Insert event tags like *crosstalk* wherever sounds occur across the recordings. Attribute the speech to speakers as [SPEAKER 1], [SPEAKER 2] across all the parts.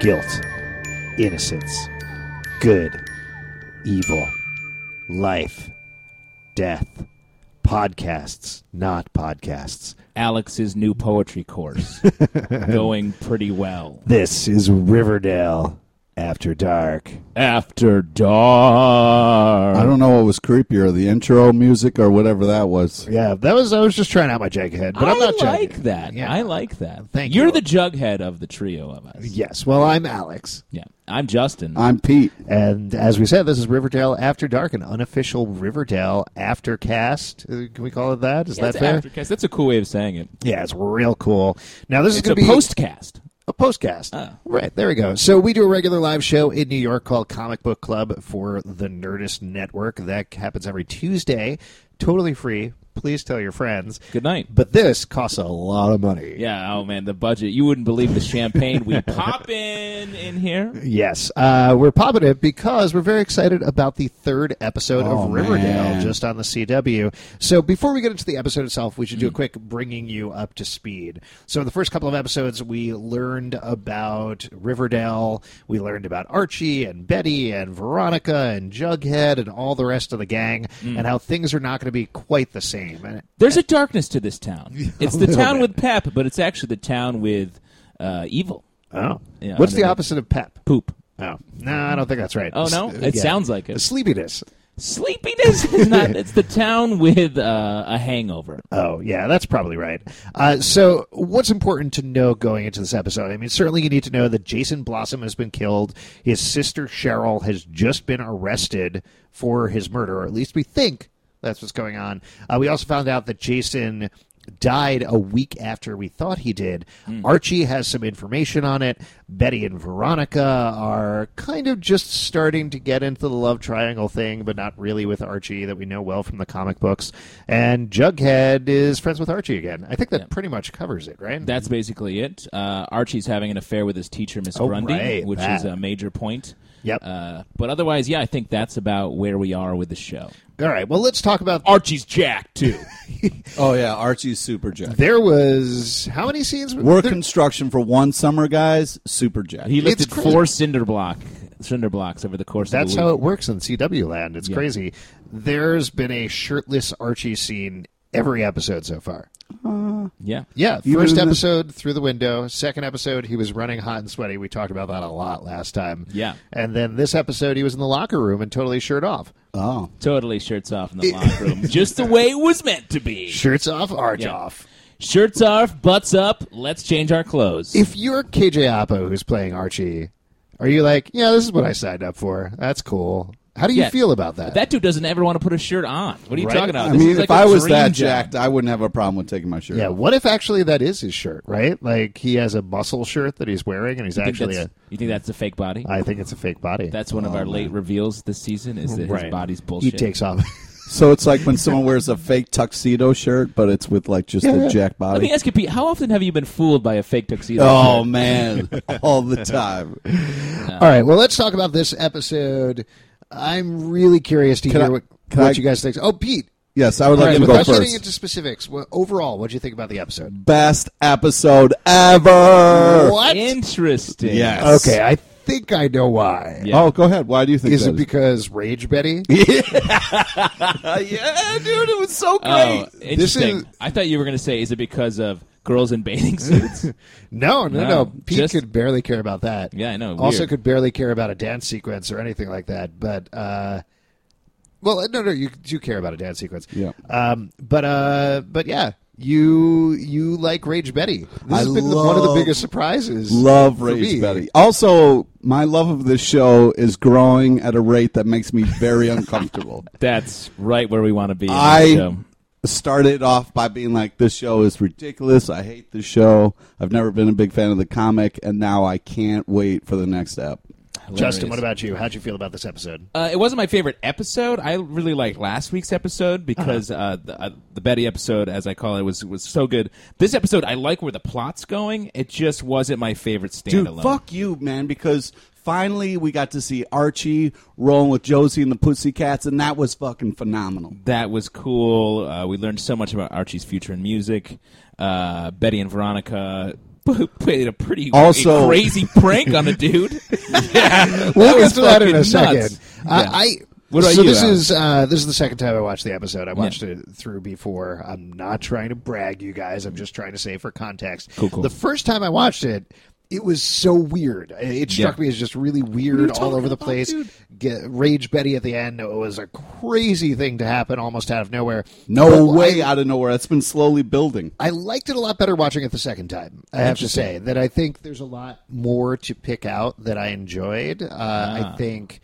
[SPEAKER 1] guilt, innocence, good, evil, life, death, podcasts, not podcasts.
[SPEAKER 2] Alex's new poetry *laughs* course going pretty well.
[SPEAKER 1] This is Riverdale After Dark.
[SPEAKER 2] After dark.
[SPEAKER 3] I don't know what was creepier, the intro music or whatever that was.
[SPEAKER 1] Yeah, that was. I was just trying out my Jughead, but I'm
[SPEAKER 2] I
[SPEAKER 1] not
[SPEAKER 2] like
[SPEAKER 1] Jughead.
[SPEAKER 2] that.
[SPEAKER 1] Yeah.
[SPEAKER 2] I like that.
[SPEAKER 1] Thank
[SPEAKER 2] You're
[SPEAKER 1] you.
[SPEAKER 2] the jughead of the trio of us.
[SPEAKER 1] Yes, well, I'm Alex,
[SPEAKER 2] Yeah. I'm Justin.
[SPEAKER 3] I'm Pete.
[SPEAKER 1] and as we said, this is Riverdale After Dark, an unofficial Riverdale aftercast. Uh, can we call it that? Is
[SPEAKER 2] That's
[SPEAKER 1] that fair?
[SPEAKER 2] aftercast. That's a cool way of saying it.
[SPEAKER 1] yeah, it's real cool. Now this is
[SPEAKER 2] It's
[SPEAKER 1] going
[SPEAKER 2] a
[SPEAKER 1] to be
[SPEAKER 2] postcast.
[SPEAKER 1] a postcast.
[SPEAKER 2] Oh.
[SPEAKER 1] Right, there we go. So we do a regular live show in New York called Comic Book Club for the Nerdist Network. That happens every Tuesday, totally free. Please tell your friends.
[SPEAKER 2] Good night.
[SPEAKER 1] But this costs a lot of money.
[SPEAKER 2] Yeah, oh man, the budget. You wouldn't believe the champagne we pop in in here.
[SPEAKER 1] Yes, uh, we're popping it because we're very excited about the third episode
[SPEAKER 3] Oh,
[SPEAKER 1] of Riverdale
[SPEAKER 3] man.
[SPEAKER 1] just on the CW. So before we get into the episode itself, we should do a quick bringing you up to speed. So in the first couple of episodes, we learned about Riverdale. We learned about Archie and Betty and Veronica and Jughead and all the rest of the gang,
[SPEAKER 2] Hmm.
[SPEAKER 1] and how things are not going to be quite the same. And
[SPEAKER 2] There's a darkness to this town. It's the
[SPEAKER 1] little
[SPEAKER 2] town
[SPEAKER 1] bit.
[SPEAKER 2] with pep, but it's actually the town with uh, evil.
[SPEAKER 1] oh,
[SPEAKER 2] Yeah,
[SPEAKER 1] what's the
[SPEAKER 2] underneath.
[SPEAKER 1] opposite of pep?
[SPEAKER 2] Poop.
[SPEAKER 1] Oh, no, I don't think that's right.
[SPEAKER 2] Oh no, it
[SPEAKER 1] Yeah.
[SPEAKER 2] sounds like it.
[SPEAKER 1] Sleepiness.
[SPEAKER 2] Sleepiness
[SPEAKER 1] *laughs*
[SPEAKER 2] is not. It's the town with uh, a hangover.
[SPEAKER 1] Oh, yeah, that's probably right. Uh, so, what's important to know going into this episode? I mean, certainly you need to know that Jason Blossom has been killed. His sister Cheryl has just been arrested for his murder, or at least we think that's what's going on. Uh, we also found out that Jason died a week after we thought he did.
[SPEAKER 2] Hmm.
[SPEAKER 1] Archie has some information on it. Betty and Veronica are kind of just starting to get into the love triangle thing, but not really with Archie that we know well from the comic books. And Jughead is friends with Archie again. I think that pretty much covers it, right?
[SPEAKER 2] That's basically it. Uh, Archie's having an affair with his teacher, Miss
[SPEAKER 1] Oh,
[SPEAKER 2] Grundy,
[SPEAKER 1] right,
[SPEAKER 2] which
[SPEAKER 1] that.
[SPEAKER 2] is a major point.
[SPEAKER 1] Yep.
[SPEAKER 2] Uh, but otherwise, yeah, I think that's about where we are with the show.
[SPEAKER 1] All right. Well, let's talk about
[SPEAKER 2] Archie's Jack too.
[SPEAKER 3] Oh yeah, Archie's super
[SPEAKER 1] *laughs*
[SPEAKER 3] jack.
[SPEAKER 1] there was how many scenes
[SPEAKER 3] We're
[SPEAKER 1] there-
[SPEAKER 3] construction for one summer, guys. Super jack.
[SPEAKER 2] He
[SPEAKER 1] It's
[SPEAKER 2] lifted
[SPEAKER 1] crazy.
[SPEAKER 2] four cinder block cinder blocks over the course
[SPEAKER 1] That's
[SPEAKER 2] of the
[SPEAKER 1] how
[SPEAKER 2] week.
[SPEAKER 1] it works in CW land. It's crazy. There's been a shirtless Archie scene every episode so far.
[SPEAKER 2] yeah.
[SPEAKER 1] Yeah,
[SPEAKER 3] Even
[SPEAKER 1] first
[SPEAKER 3] in the-
[SPEAKER 1] episode through the window. Second episode, he was running hot and sweaty. We talked about that a lot last time.
[SPEAKER 2] Yeah.
[SPEAKER 1] and then this episode, he was in the locker room and totally shirt off.
[SPEAKER 3] oh,
[SPEAKER 2] Totally shirts off in the
[SPEAKER 1] *laughs*
[SPEAKER 2] locker room, just the way it was meant to be.
[SPEAKER 1] Shirts off, arch
[SPEAKER 2] Yeah.
[SPEAKER 1] off.
[SPEAKER 2] Shirts off, butts up. Let's change our clothes.
[SPEAKER 1] If you're KJ Appa who's playing Archie, are you like, yeah, this is what I signed up for? That's cool. How do you
[SPEAKER 2] Yeah.
[SPEAKER 1] feel about that?
[SPEAKER 2] that dude doesn't ever want to put a shirt on. What are you
[SPEAKER 1] Right.
[SPEAKER 2] talking about?
[SPEAKER 3] I
[SPEAKER 2] This
[SPEAKER 3] mean,
[SPEAKER 2] is like
[SPEAKER 3] if
[SPEAKER 2] a
[SPEAKER 3] I was
[SPEAKER 2] dream
[SPEAKER 3] that
[SPEAKER 2] job.
[SPEAKER 3] jacked, I wouldn't have a problem with taking my shirt.
[SPEAKER 1] yeah.
[SPEAKER 3] off.
[SPEAKER 1] What if actually that is his shirt, right? Like he has a muscle shirt that he's wearing, and he's
[SPEAKER 2] You think
[SPEAKER 1] actually uh,
[SPEAKER 2] that's-
[SPEAKER 1] a.
[SPEAKER 2] you think that's a fake body?
[SPEAKER 1] I think it's a fake body.
[SPEAKER 2] That's one of
[SPEAKER 3] Oh,
[SPEAKER 2] our late reveals this season. Is that his body's bullshit?
[SPEAKER 1] He takes off. *laughs*
[SPEAKER 3] So it's like when someone wears a fake tuxedo shirt, but it's with like just a jack
[SPEAKER 2] Let me
[SPEAKER 3] body.
[SPEAKER 2] ask you, Pete. How often have you been fooled by a fake tuxedo?
[SPEAKER 3] Oh
[SPEAKER 2] shirt?
[SPEAKER 3] man, *laughs* all the time.
[SPEAKER 1] All right. Well, let's talk about this episode. I'm really curious to
[SPEAKER 3] Can
[SPEAKER 1] hear
[SPEAKER 3] I-
[SPEAKER 1] what,
[SPEAKER 3] can
[SPEAKER 1] what
[SPEAKER 3] I-
[SPEAKER 1] you guys think. Oh, Pete.
[SPEAKER 3] Yes, I would like
[SPEAKER 1] All right,
[SPEAKER 3] him to go
[SPEAKER 1] without getting
[SPEAKER 3] first.
[SPEAKER 1] into specifics, well, overall, what do you think about the episode?
[SPEAKER 3] Best episode ever.
[SPEAKER 1] What?
[SPEAKER 2] Interesting.
[SPEAKER 3] Yes.
[SPEAKER 1] Okay, I think I know why.
[SPEAKER 2] Yeah.
[SPEAKER 3] Oh, go ahead. Why do you think
[SPEAKER 1] Is
[SPEAKER 3] that
[SPEAKER 1] it because Rage Betty?
[SPEAKER 3] yeah, dude, it was so great.
[SPEAKER 2] Oh, interesting.
[SPEAKER 1] is-
[SPEAKER 2] I thought you were going to say, is it because of girls in
[SPEAKER 3] *laughs*
[SPEAKER 2] bathing suits?
[SPEAKER 1] No, no, no.
[SPEAKER 2] No,
[SPEAKER 1] Pete
[SPEAKER 2] just-
[SPEAKER 1] could barely care about that.
[SPEAKER 2] Yeah, I know,
[SPEAKER 1] Also,
[SPEAKER 2] weird.
[SPEAKER 1] could barely care about a dance sequence or anything like that. But, uh, well, no, no, you do care about a dance sequence.
[SPEAKER 3] Yeah.
[SPEAKER 1] Um, but, uh, but yeah, you you like Rage Betty. This
[SPEAKER 3] I
[SPEAKER 1] has been the- one of the
[SPEAKER 3] love-
[SPEAKER 1] biggest surprises.
[SPEAKER 3] Love
[SPEAKER 1] for
[SPEAKER 3] Rage
[SPEAKER 1] me.
[SPEAKER 3] Betty. Also, my love of this show is
[SPEAKER 1] *laughs*
[SPEAKER 3] growing at a rate that makes me very uncomfortable.
[SPEAKER 2] That's right where we want to be. in this
[SPEAKER 3] I
[SPEAKER 2] show.
[SPEAKER 3] started off by being like, "This show is ridiculous. I hate this show. I've never been a big fan of the comic, and now I can't wait for the next ep."
[SPEAKER 1] Justin, what about you? How'd you feel about this episode?
[SPEAKER 2] Uh, it wasn't my favorite episode. I really liked last week's
[SPEAKER 3] Uh-huh.
[SPEAKER 2] episode because uh the, uh, the Betty episode, as I call it, was was so good. This episode, I like where the plot's going. It just wasn't my favorite
[SPEAKER 3] Dude,
[SPEAKER 2] standalone.
[SPEAKER 3] fuck you, man, because finally we got to see Archie rolling with Josie and the Pussycats, and that was fucking phenomenal.
[SPEAKER 2] That was cool. Uh, we learned so much about Archie's future in music. Uh, Betty and Veronica *laughs* played a pretty
[SPEAKER 3] Also-
[SPEAKER 2] a crazy prank on a
[SPEAKER 1] *laughs*
[SPEAKER 2] *laughs* dude. yeah,
[SPEAKER 1] We'll get
[SPEAKER 2] was
[SPEAKER 1] to that in a
[SPEAKER 2] fucking nuts.
[SPEAKER 1] second. Uh, I
[SPEAKER 2] What about
[SPEAKER 1] so
[SPEAKER 2] you,
[SPEAKER 1] this
[SPEAKER 2] Alan?
[SPEAKER 1] is uh, this is the second time I watched the episode. I watched it through before. I'm not trying to brag, you guys. I'm just trying to say for context.
[SPEAKER 2] Cool, cool.
[SPEAKER 1] The first time I watched it. It was so weird. It struck
[SPEAKER 2] Yeah.
[SPEAKER 1] me as just really weird, all over the place. Get, Rage Betty at the end was a crazy thing to happen, almost out of nowhere.
[SPEAKER 3] No
[SPEAKER 1] But
[SPEAKER 3] way out of nowhere. That's been slowly building.
[SPEAKER 1] I liked it a lot better watching it the second time. I have to say that I think there's a lot more to pick out that I enjoyed. Uh,
[SPEAKER 3] Ah.
[SPEAKER 1] I think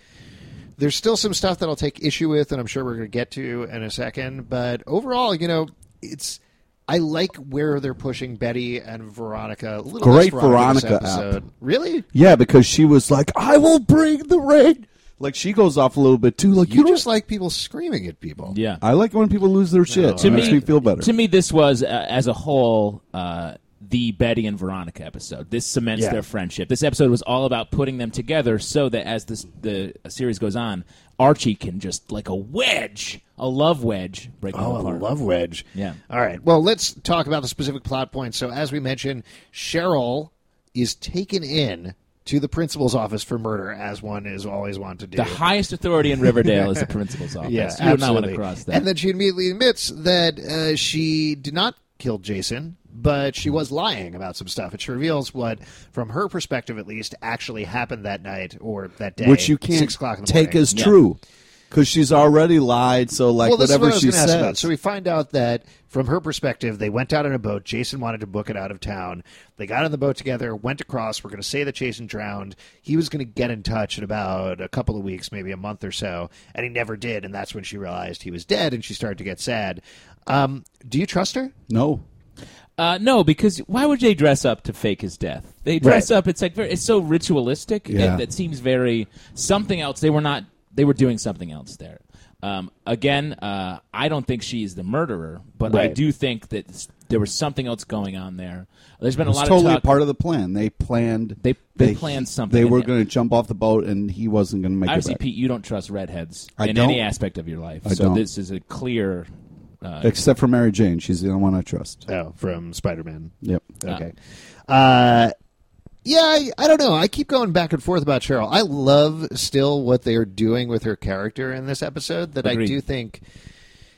[SPEAKER 1] there's still some stuff that I'll take issue with, and I'm sure we're going to get to in a second. But overall, you know, it's I like where they're pushing Betty and Veronica. A little
[SPEAKER 3] Great
[SPEAKER 1] less Veronica, this
[SPEAKER 3] Veronica app.
[SPEAKER 1] episode. Really?
[SPEAKER 3] Yeah, because she was like, "I will bring the rain." Like she goes off a little bit too. Like you,
[SPEAKER 1] You
[SPEAKER 3] don't-
[SPEAKER 1] just like people screaming at people.
[SPEAKER 2] Yeah.
[SPEAKER 3] I like when people lose their shit.
[SPEAKER 2] To
[SPEAKER 3] it makes me feel better.
[SPEAKER 2] To me, this was uh, as a whole uh, the Betty and Veronica episode. This cements
[SPEAKER 1] Yeah.
[SPEAKER 2] their friendship. This episode was all about putting them together, so that as this the series goes on, Archie can just like a wedge, a love wedge, break them
[SPEAKER 1] Oh, a
[SPEAKER 2] apart.
[SPEAKER 1] love wedge.
[SPEAKER 2] Yeah.
[SPEAKER 1] All right. Well, let's talk about the specific plot points. So, as we mentioned, Cheryl is taken in to the principal's office for murder, as one is always wont to do.
[SPEAKER 2] the highest authority in Riverdale
[SPEAKER 3] *laughs*
[SPEAKER 2] is the principal's office.
[SPEAKER 1] yeah,
[SPEAKER 2] you would not want
[SPEAKER 1] absolutely.
[SPEAKER 2] to cross that.
[SPEAKER 1] And then she immediately admits that uh, she did not kill Jason, but she was lying about some stuff. It she reveals what, from her perspective at least, actually happened that night or that day,
[SPEAKER 3] which you can't
[SPEAKER 1] six o'clock in the
[SPEAKER 3] take
[SPEAKER 1] morning.
[SPEAKER 3] as true because she's already lied. So like
[SPEAKER 1] well, this
[SPEAKER 3] whatever
[SPEAKER 1] is what I
[SPEAKER 3] she
[SPEAKER 1] was gonna
[SPEAKER 3] says,
[SPEAKER 1] Ask about. So we find out that from her perspective, they went out on a boat. Jason wanted to book it out of town. They got on the boat together, went across. We're going to say that Jason drowned. He was going to get in touch in about a couple of weeks, maybe a month or so, and he never did. And that's when she realized he was dead, and she started to get sad. Um, do you trust her?
[SPEAKER 3] no.
[SPEAKER 2] Uh, no, because why would they dress up to fake his death? They dress
[SPEAKER 1] Right.
[SPEAKER 2] up. It's like very, it's so ritualistic.
[SPEAKER 3] Yeah.
[SPEAKER 2] It, that seems very something else. They were not. They were doing something else there. Um, again, uh, I don't think she's the murderer, but I
[SPEAKER 1] Right.
[SPEAKER 2] do think that s- there was something else going on there. There's been a
[SPEAKER 3] It's
[SPEAKER 2] lot
[SPEAKER 3] totally
[SPEAKER 2] of talk.
[SPEAKER 3] part of the plan. They planned.
[SPEAKER 2] They- they planned something
[SPEAKER 3] They
[SPEAKER 2] in
[SPEAKER 3] were
[SPEAKER 2] there.
[SPEAKER 3] going to jump off the boat, and he wasn't going to make
[SPEAKER 2] Obviously,
[SPEAKER 3] it. Back.
[SPEAKER 2] Pete, you don't trust redheads
[SPEAKER 3] I
[SPEAKER 2] in
[SPEAKER 3] don't.
[SPEAKER 2] any aspect of your life.
[SPEAKER 3] I
[SPEAKER 2] so
[SPEAKER 3] don't.
[SPEAKER 2] this is a clear. Uh,
[SPEAKER 3] Except for Mary Jane, she's the only one I trust.
[SPEAKER 1] Oh, from Spider Man.
[SPEAKER 3] Yep.
[SPEAKER 1] Okay. Uh, yeah, I, I don't know. I keep going back and forth about Cheryl. I love still what they're doing with her character in this episode. That I
[SPEAKER 2] Agreed.
[SPEAKER 1] do think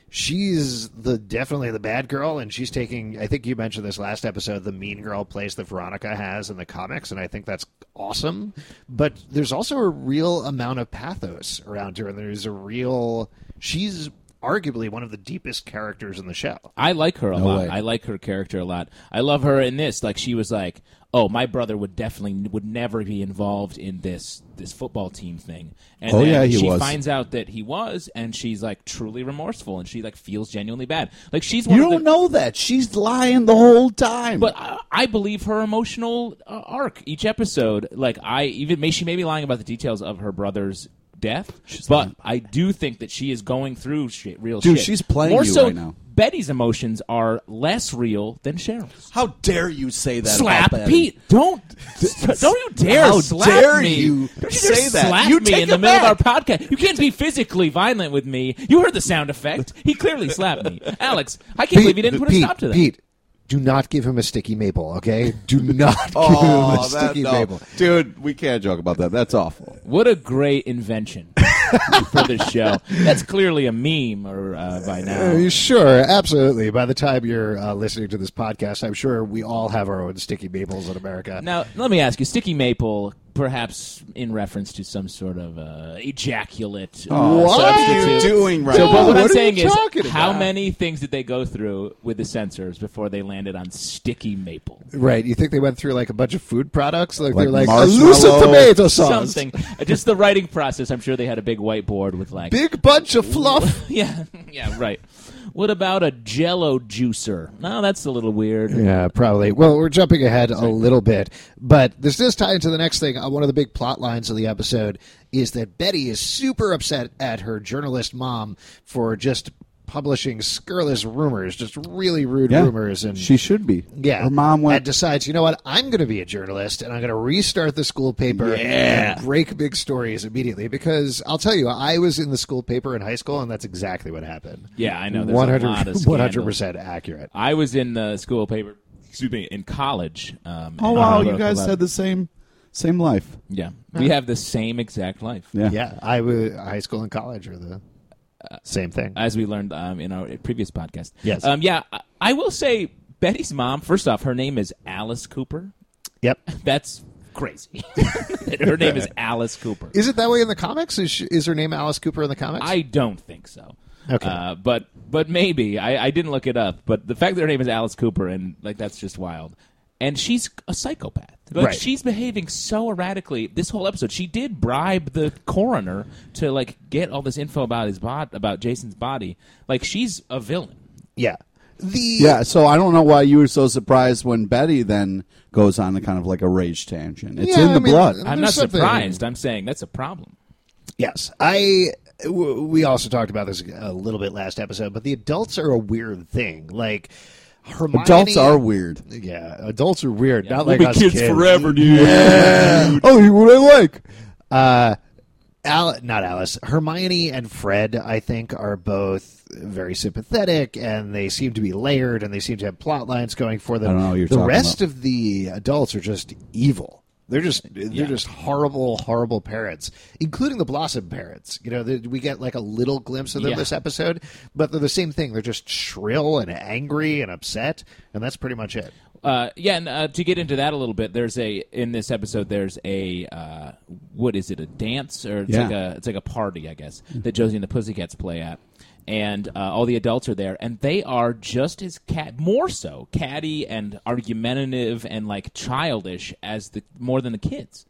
[SPEAKER 1] she's the definitely the bad girl, and she's taking. I think you mentioned this last episode, the mean girl place that Veronica has in the comics, and I think that's awesome. But there's also a real amount of pathos around her, and there's a real. She's arguably one of the deepest characters in the show.
[SPEAKER 2] I like her a lot.
[SPEAKER 3] way.
[SPEAKER 2] I like her character a lot. I love her in this. Like she was like, "Oh, my brother would definitely would never be involved in this this football team thing." And
[SPEAKER 3] Oh,
[SPEAKER 2] then
[SPEAKER 3] yeah, he
[SPEAKER 2] she
[SPEAKER 3] was.
[SPEAKER 2] finds out that he was, and she's like truly remorseful, and she like feels genuinely bad. Like she's one
[SPEAKER 3] You
[SPEAKER 2] of
[SPEAKER 3] don't
[SPEAKER 2] the,
[SPEAKER 3] know that she's lying the whole time.
[SPEAKER 2] But I, I believe her emotional uh, arc each episode. Like I even may she may be lying about the details of her brother's death, but I do think that she is going through shit, real
[SPEAKER 3] Dude,
[SPEAKER 2] shit.
[SPEAKER 3] she's playing
[SPEAKER 2] More
[SPEAKER 3] you
[SPEAKER 2] so,
[SPEAKER 3] right now.
[SPEAKER 2] Betty's emotions are less real than Cheryl's.
[SPEAKER 3] how dare you say that?
[SPEAKER 2] Slap
[SPEAKER 3] about Betty?
[SPEAKER 2] Pete! Don't don't you dare
[SPEAKER 3] How
[SPEAKER 2] slap
[SPEAKER 3] dare
[SPEAKER 2] me!
[SPEAKER 3] you
[SPEAKER 2] don't you dare
[SPEAKER 3] say that.
[SPEAKER 2] Slap
[SPEAKER 3] You
[SPEAKER 2] me
[SPEAKER 3] take
[SPEAKER 2] in the
[SPEAKER 3] it
[SPEAKER 2] middle
[SPEAKER 3] back.
[SPEAKER 2] of our podcast. You can't be physically violent with me. You heard the sound effect. He clearly slapped me, Alex. I can't believe he didn't put
[SPEAKER 1] Pete,
[SPEAKER 2] a stop to that.
[SPEAKER 1] Pete, do not give him a sticky maple, okay? Do
[SPEAKER 3] *laughs*
[SPEAKER 1] not *laughs* give him a
[SPEAKER 3] Oh, that,
[SPEAKER 1] sticky
[SPEAKER 3] no.
[SPEAKER 1] maple.
[SPEAKER 3] dude, we can't joke about that. That's awful.
[SPEAKER 2] What a great invention *laughs* for this show. That's clearly a meme or uh, by now.
[SPEAKER 1] Uh, sure, absolutely. By the time you're uh, listening to this podcast, I'm sure we all have our own sticky maples in America.
[SPEAKER 2] Now, let me ask you, Sticky Maple, perhaps in reference to some sort of uh, ejaculate. uh,
[SPEAKER 1] What are you
[SPEAKER 2] substitute.
[SPEAKER 3] doing right
[SPEAKER 2] so,
[SPEAKER 3] now?
[SPEAKER 2] But what,
[SPEAKER 1] What
[SPEAKER 2] I'm
[SPEAKER 1] are you
[SPEAKER 2] saying is,
[SPEAKER 1] talking
[SPEAKER 2] how
[SPEAKER 1] about?
[SPEAKER 2] many things did they go through with the censors before they landed on Sticky Maple?
[SPEAKER 1] Right? You think they went through like a bunch of food products? Like,
[SPEAKER 3] Like
[SPEAKER 1] they're like
[SPEAKER 3] marshmallow.
[SPEAKER 1] elusive tomato sauce,
[SPEAKER 2] Something. Uh, Just the *laughs* writing process. I'm sure they had a big whiteboard with like.
[SPEAKER 1] big bunch of fluff.
[SPEAKER 2] yeah, yeah, right. What about a Jello juicer? No, that's a little weird.
[SPEAKER 1] Yeah, probably. Well, we're jumping ahead a little bit, but this does tie into the next thing. Uh, One of the big plot lines of the episode is that Betty is super upset at her journalist mom for just publishing scurrilous rumors, just really rude
[SPEAKER 3] Yeah.
[SPEAKER 1] rumors, and
[SPEAKER 3] She should be.
[SPEAKER 1] yeah,
[SPEAKER 3] Her mom
[SPEAKER 1] and
[SPEAKER 3] went.
[SPEAKER 1] decides, you know what? I'm going to be a journalist, and I'm going to restart the school paper and break big stories immediately. Because I'll tell you, I was in the school paper in high school, and that's exactly what happened.
[SPEAKER 2] Yeah, I know. There's
[SPEAKER 1] One
[SPEAKER 2] 100, a lot of
[SPEAKER 1] hundred, *laughs*
[SPEAKER 2] scandals.
[SPEAKER 1] one hundred percent accurate.
[SPEAKER 2] I was in the school paper. Excuse me, in college. Um,
[SPEAKER 3] oh
[SPEAKER 2] and
[SPEAKER 3] wow,
[SPEAKER 2] I
[SPEAKER 3] you
[SPEAKER 2] wrote
[SPEAKER 3] guys
[SPEAKER 2] about-
[SPEAKER 3] had the same same life.
[SPEAKER 2] Yeah, we have the same exact life.
[SPEAKER 3] Yeah.
[SPEAKER 1] *laughs* Yeah, I was high school and college are the same thing.
[SPEAKER 2] as we learned um, in our previous podcast.
[SPEAKER 1] Yes.
[SPEAKER 2] Um, yeah, I, I will say Betty's mom. First off, her name is Alice Cooper.
[SPEAKER 1] yep.
[SPEAKER 2] That's crazy. *laughs* her name is Alice Cooper.
[SPEAKER 1] *laughs* Is it that way in the comics? Is, she, is her name Alice Cooper in the comics?
[SPEAKER 2] I don't think so.
[SPEAKER 1] Okay.
[SPEAKER 2] Uh, but but maybe I, I didn't look it up. But the fact that her name is Alice Cooper and like that's just wild. And she's a psychopath. Like
[SPEAKER 1] Right.
[SPEAKER 2] she's behaving so erratically this whole episode. She did bribe the coroner to like get all this info about his bod about Jason's body. Like she's a villain.
[SPEAKER 1] yeah. The
[SPEAKER 3] Yeah, so I don't know why you were so surprised when Betty then goes on a kind of like a rage tangent. It's
[SPEAKER 1] Yeah,
[SPEAKER 3] in the
[SPEAKER 1] I mean,
[SPEAKER 3] blood.
[SPEAKER 1] I-
[SPEAKER 2] I'm
[SPEAKER 1] There's
[SPEAKER 2] not
[SPEAKER 1] something-
[SPEAKER 2] surprised. I'm saying that's a problem.
[SPEAKER 1] Yes, I. W- we also talked about this a little bit last episode, but the adults are a weird thing. Like Hermione.
[SPEAKER 3] Adults are weird.
[SPEAKER 1] Yeah, adults are weird. Not like us kids.
[SPEAKER 2] dude.
[SPEAKER 3] Oh, you what I like.
[SPEAKER 1] Uh, Al- not Alice. Hermione and Fred, I think, are both very sympathetic, and they seem to be layered, and they seem to have plot lines going for them.
[SPEAKER 3] I don't know what you're
[SPEAKER 1] the
[SPEAKER 3] talking
[SPEAKER 1] rest of the adults are just evil. They're just they're just horrible, horrible parents, including the Blossom parents. You know, that we get like a little glimpse of them
[SPEAKER 2] Yeah.
[SPEAKER 1] this episode, but they're the same thing. They're just shrill and angry and upset, and that's pretty much it.
[SPEAKER 2] Uh, yeah, and uh, to get into that a little bit, there's a in this episode there's a uh, what is it a dance or it's
[SPEAKER 3] Yeah.
[SPEAKER 2] like a it's like a party I guess that Josie and the Pussycats play at, and uh, all the adults are there, and they are just as cat more so catty and argumentative and like childish as the more than the kids.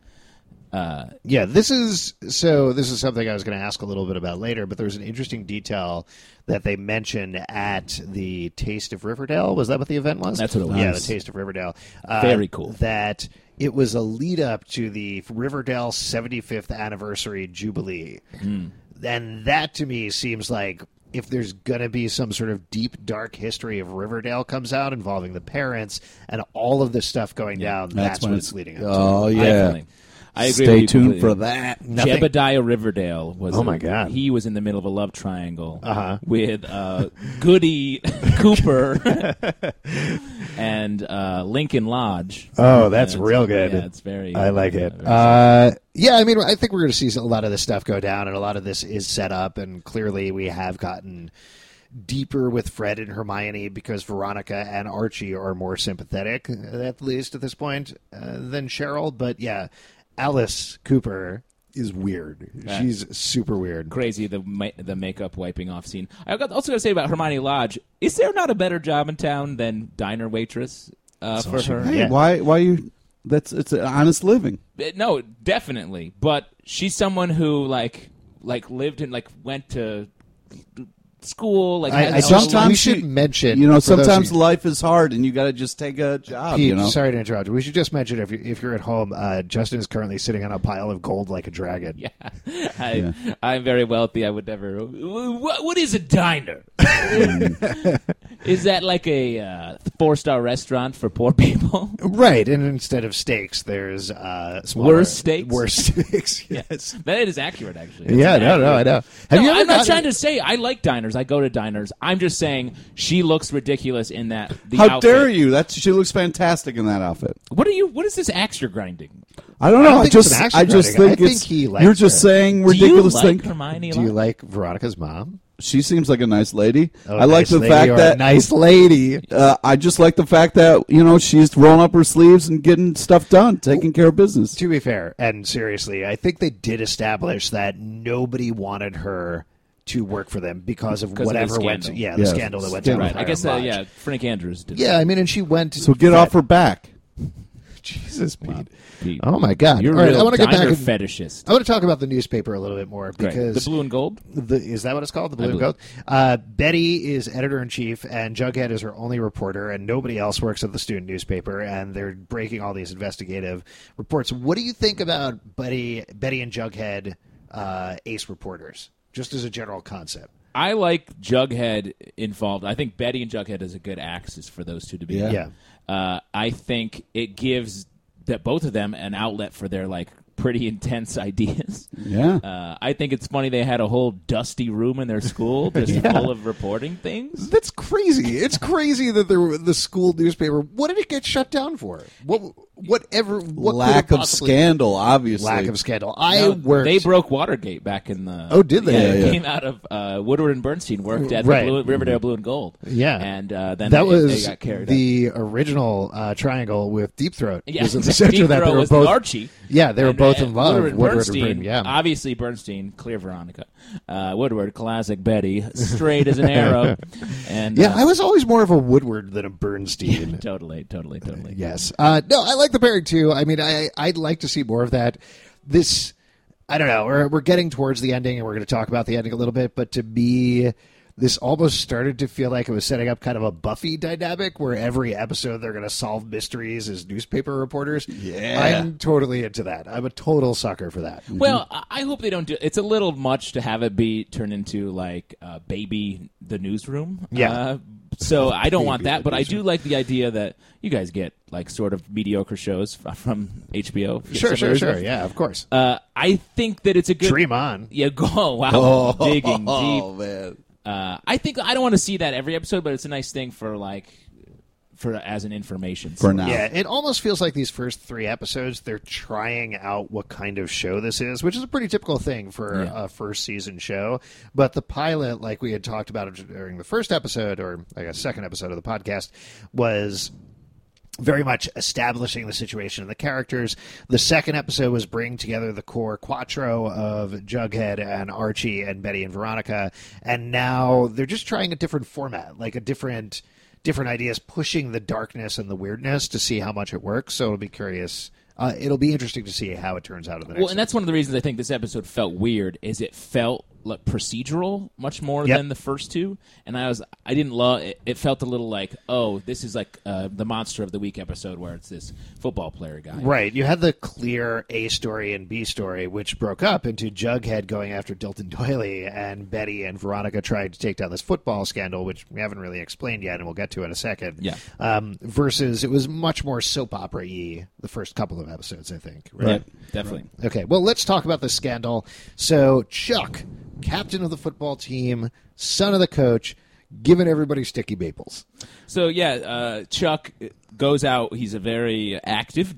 [SPEAKER 1] Yeah, this is so. This is something I was going to ask a little bit about later, but there was an interesting detail that they mentioned at the Taste of Riverdale. Was that what the event was?
[SPEAKER 2] That's what it was.
[SPEAKER 1] Yeah, the
[SPEAKER 2] Nice.
[SPEAKER 1] Taste of Riverdale. Uh,
[SPEAKER 2] Very cool.
[SPEAKER 1] That it was a lead up to the Riverdale 75th anniversary jubilee,
[SPEAKER 2] Hmm.
[SPEAKER 1] and that to me seems like if there's going to be some sort of deep dark history of Riverdale comes out involving the parents and all of this stuff going down, that's, what it's leading up to.
[SPEAKER 3] Oh yeah.
[SPEAKER 2] Definitely. I agree.
[SPEAKER 3] Stay
[SPEAKER 2] with you
[SPEAKER 3] tuned
[SPEAKER 2] completely.
[SPEAKER 3] for that.
[SPEAKER 1] Nothing-
[SPEAKER 2] Jebediah Riverdale was.
[SPEAKER 1] Oh, my God. Uh-huh.
[SPEAKER 2] He was in the middle of a love triangle with uh,
[SPEAKER 1] *laughs*
[SPEAKER 2] Goody Cooper and uh, Lincoln Lodge.
[SPEAKER 1] Oh, that's
[SPEAKER 2] Yeah, it's-
[SPEAKER 1] real good.
[SPEAKER 2] yeah, it's very-
[SPEAKER 1] I like it.
[SPEAKER 2] yeah,
[SPEAKER 1] Uh,
[SPEAKER 2] very
[SPEAKER 1] yeah, I mean, I think we're going to see a lot of this stuff go down, and a lot of this is set up, and clearly we have gotten deeper with Fred and Hermione because Veronica and Archie are more sympathetic, at least at this point, uh, than Cheryl. But yeah, Alice Cooper is weird. She's super weird.
[SPEAKER 2] Crazy the ma- the makeup wiping off scene. I got also got to say about Hermione Lodge. Is there not a better job in town than diner waitress uh, for her?
[SPEAKER 3] Hey,
[SPEAKER 1] Yeah.
[SPEAKER 3] why why you that's it's an honest living.
[SPEAKER 2] Uh, no definitely but she's someone who like like lived and like went to school like
[SPEAKER 1] I, I
[SPEAKER 2] has a-
[SPEAKER 1] sometimes
[SPEAKER 3] Sometimes
[SPEAKER 1] we should
[SPEAKER 3] you-
[SPEAKER 1] mention
[SPEAKER 3] You know,
[SPEAKER 1] for those
[SPEAKER 3] sometimes
[SPEAKER 1] who-
[SPEAKER 3] life is hard and you got to just take a job,
[SPEAKER 1] Pete,
[SPEAKER 3] you know.
[SPEAKER 1] sorry to interrupt. We should just mention if you if you're at home, uh, Justin is currently sitting on a pile of gold like a dragon.
[SPEAKER 2] yeah. *laughs* I, i'm very wealthy i would never what, what is a diner is that like a uh, four-star restaurant for poor
[SPEAKER 1] *laughs*
[SPEAKER 2] people
[SPEAKER 1] Right, and instead of steaks, there's uh, smaller,
[SPEAKER 2] Worse steaks?
[SPEAKER 1] Worse *laughs* steaks. Yes.
[SPEAKER 2] *laughs* that is accurate actually That's
[SPEAKER 1] Yeah.
[SPEAKER 2] an
[SPEAKER 1] No. No. I
[SPEAKER 2] accurate-
[SPEAKER 1] know.
[SPEAKER 2] no, I'm not trying to say I like diners. I go to diners. I'm just saying she looks ridiculous in that. The
[SPEAKER 3] How
[SPEAKER 2] outfit.
[SPEAKER 3] dare you? That's she looks fantastic in that outfit.
[SPEAKER 2] What are you? What is this axe you're grinding?
[SPEAKER 3] I don't know. I,
[SPEAKER 1] think it's
[SPEAKER 3] just
[SPEAKER 1] an action
[SPEAKER 3] I just
[SPEAKER 1] driving. I
[SPEAKER 3] think
[SPEAKER 1] think
[SPEAKER 3] it's
[SPEAKER 1] he likes
[SPEAKER 3] you're just
[SPEAKER 1] her.
[SPEAKER 3] saying
[SPEAKER 2] Do you
[SPEAKER 3] ridiculous
[SPEAKER 2] like
[SPEAKER 3] things.
[SPEAKER 2] Hermione?
[SPEAKER 1] Do you
[SPEAKER 2] Lodge?
[SPEAKER 1] like Veronica's mom?
[SPEAKER 3] She seems like a nice lady.
[SPEAKER 1] Oh,
[SPEAKER 3] I like
[SPEAKER 1] nice
[SPEAKER 3] the
[SPEAKER 1] lady, you're
[SPEAKER 3] fact
[SPEAKER 1] a
[SPEAKER 3] that
[SPEAKER 1] nice
[SPEAKER 2] *laughs*
[SPEAKER 1] lady.
[SPEAKER 3] *laughs* uh, I just like the fact that you know she's rolling up her sleeves and getting stuff done, taking care of business.
[SPEAKER 1] To be fair, and seriously, I think they did establish that nobody wanted her to work for them because of
[SPEAKER 2] of the
[SPEAKER 1] whatever went.
[SPEAKER 2] scandal.
[SPEAKER 1] yeah, the
[SPEAKER 3] Yes.
[SPEAKER 1] scandal that went
[SPEAKER 3] Scandal.
[SPEAKER 1] down. with
[SPEAKER 2] Right. I uh,
[SPEAKER 1] her
[SPEAKER 2] guess.
[SPEAKER 1] and
[SPEAKER 2] Uh,
[SPEAKER 1] Lodge.
[SPEAKER 2] yeah. Frank Andrews did.
[SPEAKER 1] Yeah, I mean, and she went.
[SPEAKER 3] So get off her back.
[SPEAKER 1] Jesus, Pete.
[SPEAKER 2] Pete.
[SPEAKER 1] Oh my God!
[SPEAKER 2] You're
[SPEAKER 1] All right,
[SPEAKER 2] a
[SPEAKER 1] I want
[SPEAKER 2] real
[SPEAKER 1] to get back.
[SPEAKER 2] diner
[SPEAKER 1] and-
[SPEAKER 2] fetishist.
[SPEAKER 1] I want to talk about the newspaper a little bit more
[SPEAKER 2] Great.
[SPEAKER 1] because
[SPEAKER 2] the blue and gold.
[SPEAKER 1] The, is that what it's called? The Blue and
[SPEAKER 2] believe-
[SPEAKER 1] Gold. Uh, Betty is editor in chief, and Jughead is her only reporter, and nobody else works at the student newspaper. And they're breaking all these investigative reports. What do you think about Betty, Betty and Jughead, uh, ace reporters, just as a general concept?
[SPEAKER 2] I like Jughead involved. I think Betty and Jughead is a good axis for those two to be.
[SPEAKER 3] Yeah.
[SPEAKER 1] Yeah.
[SPEAKER 2] Uh, I think it gives that both of them an outlet for their like pretty *laughs* intense ideas.
[SPEAKER 3] Yeah.
[SPEAKER 2] Uh, I think it's funny they had a whole dusty room in
[SPEAKER 1] *laughs*
[SPEAKER 2] their school just full of reporting things.
[SPEAKER 1] That's crazy. It's crazy that the the school newspaper. What did it get shut down for? What whatever what could
[SPEAKER 3] lack
[SPEAKER 1] it
[SPEAKER 3] of
[SPEAKER 1] possibly-
[SPEAKER 3] scandal, obviously.
[SPEAKER 1] Lack
[SPEAKER 3] *laughs*
[SPEAKER 1] of scandal. I
[SPEAKER 2] No,
[SPEAKER 1] worked.
[SPEAKER 2] They broke Watergate back in the.
[SPEAKER 1] Oh, did they?
[SPEAKER 2] Yeah,
[SPEAKER 3] Yeah,
[SPEAKER 2] it
[SPEAKER 3] yeah.
[SPEAKER 2] came out of uh, Woodward and Bernstein worked at
[SPEAKER 1] Right.
[SPEAKER 2] the Blue, Riverdale Blue and Gold.
[SPEAKER 1] Yeah.
[SPEAKER 2] and uh, then
[SPEAKER 1] that
[SPEAKER 2] they,
[SPEAKER 1] was
[SPEAKER 2] they got
[SPEAKER 1] *laughs*
[SPEAKER 2] carried. out.
[SPEAKER 1] the original uh, triangle with Deep Throat.
[SPEAKER 2] Yeah, *laughs*
[SPEAKER 1] was in the center of that. They
[SPEAKER 2] Pedro
[SPEAKER 1] were
[SPEAKER 2] was
[SPEAKER 1] both
[SPEAKER 2] Archie.
[SPEAKER 1] Yeah, they were
[SPEAKER 2] And,
[SPEAKER 1] both
[SPEAKER 2] uh,
[SPEAKER 1] in love.
[SPEAKER 2] Woodward, and
[SPEAKER 1] Woodward and
[SPEAKER 2] Bernstein,
[SPEAKER 1] Bernstein, yeah.
[SPEAKER 2] obviously Bernstein, clear Veronica, uh, Woodward, classic Betty, straight as an arrow,
[SPEAKER 1] *laughs*
[SPEAKER 2] and
[SPEAKER 1] Yeah,
[SPEAKER 2] uh,
[SPEAKER 1] I was always more of a Woodward than a
[SPEAKER 2] *laughs*
[SPEAKER 1] Bernstein.
[SPEAKER 2] totally, totally, totally.
[SPEAKER 1] yes. Uh, no, I like the pairing too. I mean, I I'd like to see more of that. This, I don't know. We're we're getting towards the ending, and we're going to talk about the ending a little bit. But to me, this almost started to feel like it was setting up kind of a Buffy dynamic, where every episode they're going to solve mysteries as newspaper reporters.
[SPEAKER 3] Yeah.
[SPEAKER 1] I'm totally into that. I'm a total sucker for that.
[SPEAKER 2] Well, I I hope they don't do. It's a little much to have it be turned into like uh, baby the newsroom.
[SPEAKER 1] Yeah.
[SPEAKER 2] Uh,
[SPEAKER 1] *laughs*
[SPEAKER 2] so I don't want
[SPEAKER 3] Baby
[SPEAKER 2] that,
[SPEAKER 3] the
[SPEAKER 2] but I do like the idea that you guys get like sort of mediocre shows fr- from HBO. for
[SPEAKER 1] Sure,
[SPEAKER 2] some
[SPEAKER 1] sure,
[SPEAKER 2] reason.
[SPEAKER 1] sure. Yeah, of course.
[SPEAKER 2] Uh, I think that it's a good
[SPEAKER 1] Dream on.
[SPEAKER 2] Yeah, go *laughs* wow, digging deep.
[SPEAKER 3] Oh man.
[SPEAKER 2] Uh, I think I don't want to see that every episode, but it's a nice thing for like for as an information
[SPEAKER 3] For
[SPEAKER 2] source.
[SPEAKER 3] now.
[SPEAKER 1] Yeah, it almost feels like these first three episodes they're trying out what kind of show this is, which is a pretty typical thing for
[SPEAKER 2] Yeah.
[SPEAKER 1] a first season show. But the pilot, like we had talked about it during the first episode or I guess second episode of the podcast, was very much establishing the situation and the characters. The second episode was bringing together the core quattro of Jughead and Archie and Betty and Veronica, and now they're just trying a different format, like a different different ideas, pushing the darkness and the weirdness to see how much it works. So it'll be curious. Uh, it'll be interesting to see how it turns out in the next.
[SPEAKER 2] Well, and that's one of the reasons I think this episode felt weird. Is it felt like procedural much more
[SPEAKER 1] Yep.
[SPEAKER 2] than the first two, and I was I didn't love it. It felt a little like oh, this is like uh, the monster of the week episode where it's this football player guy.
[SPEAKER 1] Right. You had the clear A story and B story, which broke up into Jughead going after Dilton *laughs* Doily and Betty and Veronica trying to take down this football scandal, which we haven't really explained yet, and we'll get to in a second.
[SPEAKER 2] Yeah.
[SPEAKER 1] Um, versus it was much more soap opera y the first couple of episodes, I think. Right.
[SPEAKER 2] Yep, definitely.
[SPEAKER 1] Okay, well, let's talk about this scandal. So, Chuck, captain of the football team, son of the coach, giving everybody sticky maples.
[SPEAKER 2] So yeah, uh, Chuck goes out. He's a very active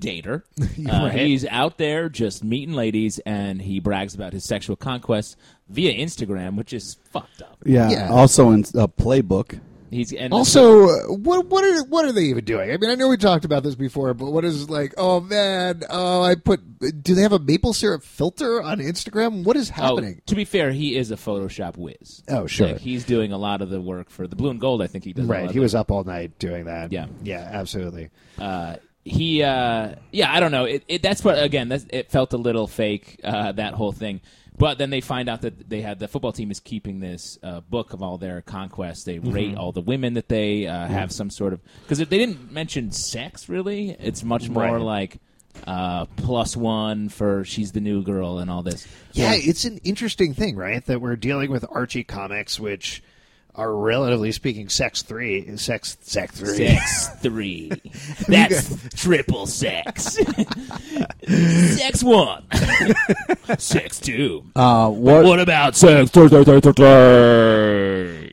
[SPEAKER 1] *laughs*
[SPEAKER 2] dater. Uh,
[SPEAKER 1] Right.
[SPEAKER 2] He's out there just meeting ladies, and he brags about his sexual conquests via Instagram, which is fucked up.
[SPEAKER 3] Yeah.
[SPEAKER 1] Yeah.
[SPEAKER 3] Also in a playbook.
[SPEAKER 2] He's and
[SPEAKER 1] Also, uh, what what are what are they even doing? I mean, I know we talked about this before, but what is like? Oh man, oh I put. Do they have a maple syrup filter on Instagram? What is
[SPEAKER 2] Oh,
[SPEAKER 1] happening?
[SPEAKER 2] to be fair, he is a Photoshop whiz.
[SPEAKER 1] Oh, sure.
[SPEAKER 2] Like, he's doing a lot of the work for the Blue and Gold. I think he does. a lot
[SPEAKER 1] right,
[SPEAKER 2] of
[SPEAKER 1] he
[SPEAKER 2] the-
[SPEAKER 1] was up all night doing that.
[SPEAKER 2] Yeah.
[SPEAKER 1] yeah, absolutely.
[SPEAKER 2] uh, he uh, yeah i don't know it, it that's what again that's, it felt a little fake uh, that whole thing but then they find out that they had the football team is keeping this uh, book of all their conquests they
[SPEAKER 1] Mm-hmm.
[SPEAKER 2] rate all the women that they uh, have some sort of because they didn't mention sex really it's much more
[SPEAKER 1] Right.
[SPEAKER 2] like uh, plus one for she's the new girl and all this
[SPEAKER 1] Yeah, it's an interesting thing, right? That we're dealing with Archie comics, which are relatively speaking sex three, sex sex three.
[SPEAKER 2] Sex three. That's
[SPEAKER 1] *laughs*
[SPEAKER 2] triple sex. sex one. *laughs* sex two.
[SPEAKER 3] Uh, what
[SPEAKER 2] What about sex?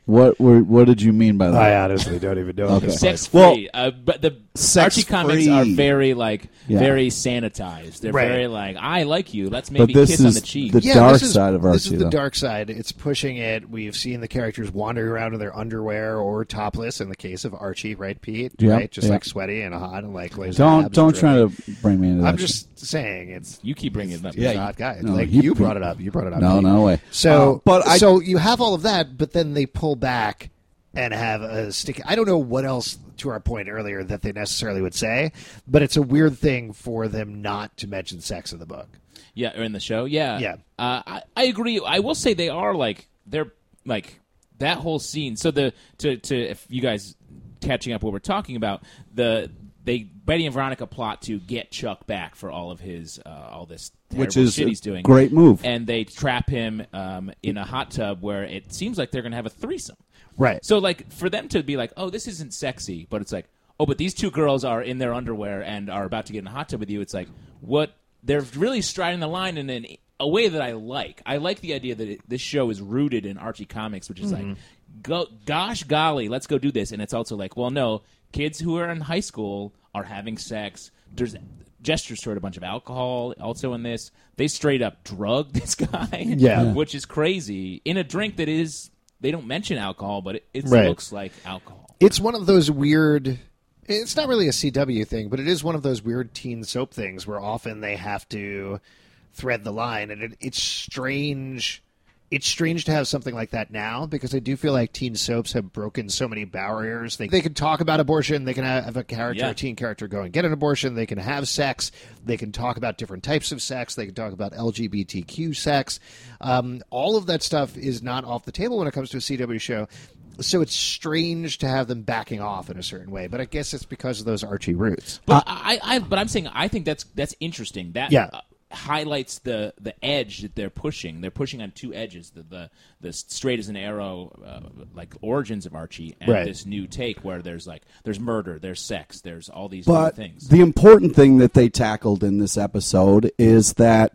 [SPEAKER 3] what were, what did you mean by
[SPEAKER 1] *laughs*
[SPEAKER 3] that?
[SPEAKER 1] I honestly don't even know.
[SPEAKER 3] Okay.
[SPEAKER 2] Sex
[SPEAKER 3] Well,
[SPEAKER 2] free, uh, but the
[SPEAKER 3] sex
[SPEAKER 2] Archie comics are
[SPEAKER 3] free.
[SPEAKER 2] very like
[SPEAKER 3] Yeah.
[SPEAKER 2] very sanitized. They're
[SPEAKER 1] Right.
[SPEAKER 2] very like I like you. Let's maybe
[SPEAKER 3] this
[SPEAKER 2] kiss on
[SPEAKER 3] is
[SPEAKER 2] the cheek.
[SPEAKER 3] the-
[SPEAKER 1] yeah,
[SPEAKER 3] dark
[SPEAKER 1] this is,
[SPEAKER 3] side of
[SPEAKER 1] This
[SPEAKER 3] Archie,
[SPEAKER 1] is the
[SPEAKER 3] though.
[SPEAKER 1] dark side. It's pushing it. We've seen the characters wandering around in their underwear or topless. In the case of Archie, right, Pete?
[SPEAKER 3] Yeah,
[SPEAKER 1] right, just
[SPEAKER 3] yeah.
[SPEAKER 1] like sweaty and hot and like laser
[SPEAKER 3] Don't
[SPEAKER 1] abs
[SPEAKER 3] don't
[SPEAKER 1] dripping.
[SPEAKER 3] try to bring me into that.
[SPEAKER 1] I'm
[SPEAKER 3] shit.
[SPEAKER 1] just saying it's
[SPEAKER 2] you keep bringing it up.
[SPEAKER 1] yeah,
[SPEAKER 3] you-
[SPEAKER 1] hot guy.
[SPEAKER 3] no,
[SPEAKER 1] like you,
[SPEAKER 3] you pre-
[SPEAKER 1] brought it up. You brought it up.
[SPEAKER 3] no
[SPEAKER 1] Pete.
[SPEAKER 3] no way.
[SPEAKER 1] So,
[SPEAKER 3] Uh, but I
[SPEAKER 1] so you have all of that, but then they pull back and have a stick. I don't know what else to our point earlier that they necessarily would say, but it's a weird thing for them not to mention sex in the book.
[SPEAKER 2] Yeah, or in the show. Yeah.
[SPEAKER 1] Yeah.
[SPEAKER 2] Uh, I, I agree. I will say they are like they're like that whole scene. So the to to if you guys catching up what we're talking about the they Betty and Veronica plot to get Chuck back for all of his uh, all this terrible
[SPEAKER 3] Which is
[SPEAKER 2] shit
[SPEAKER 3] a
[SPEAKER 2] he's doing.
[SPEAKER 3] great move.
[SPEAKER 2] And they trap him um, in a hot tub where it seems like they're going to have a threesome.
[SPEAKER 1] Right.
[SPEAKER 2] So like for them to be like, oh, this isn't sexy, but it's like, oh, but these two girls are in their underwear and are about to get in a hot tub with you. It's like what they're really striding the line in an, a way that I like. I like the idea that it, this show is rooted in Archie comics, which is like, go, gosh golly, let's go do this. And it's also like, well, no, kids who are in high school are having sex. There's gestures toward a bunch of alcohol also in this. They straight up drug this guy, *laughs*
[SPEAKER 1] Yeah.
[SPEAKER 2] which is crazy in a drink that is they don't mention alcohol, but it, it
[SPEAKER 1] Right.
[SPEAKER 2] looks like alcohol.
[SPEAKER 1] it's one of those weird it's not really a CW thing, but it is one of those weird teen soap things where often they have to thread the line and it, it's strange it's strange to have something like that now because I do feel like teen soaps have broken so many barriers. They, they can talk about abortion. They can have have a character,
[SPEAKER 2] Yeah.
[SPEAKER 1] a teen character, go and get an abortion. They can have sex. They can talk about different types of sex. They can talk about LGBTQ sex. Um, all of that stuff is not off the table when it comes to a CW show. So it's strange to have them backing off in a certain way. But I guess it's because of those Archie roots.
[SPEAKER 2] But I, I, but I'm saying I think that's that's interesting. That
[SPEAKER 1] Yeah.
[SPEAKER 2] uh, highlights the the edge that they're pushing. They're pushing on two edges: the the, the straight as an arrow, uh, like origins of Archie, and
[SPEAKER 1] Right.
[SPEAKER 2] this new take where there's like there's murder, there's sex, there's all these
[SPEAKER 3] But
[SPEAKER 2] new things.
[SPEAKER 3] the important thing that they tackled in this episode is that,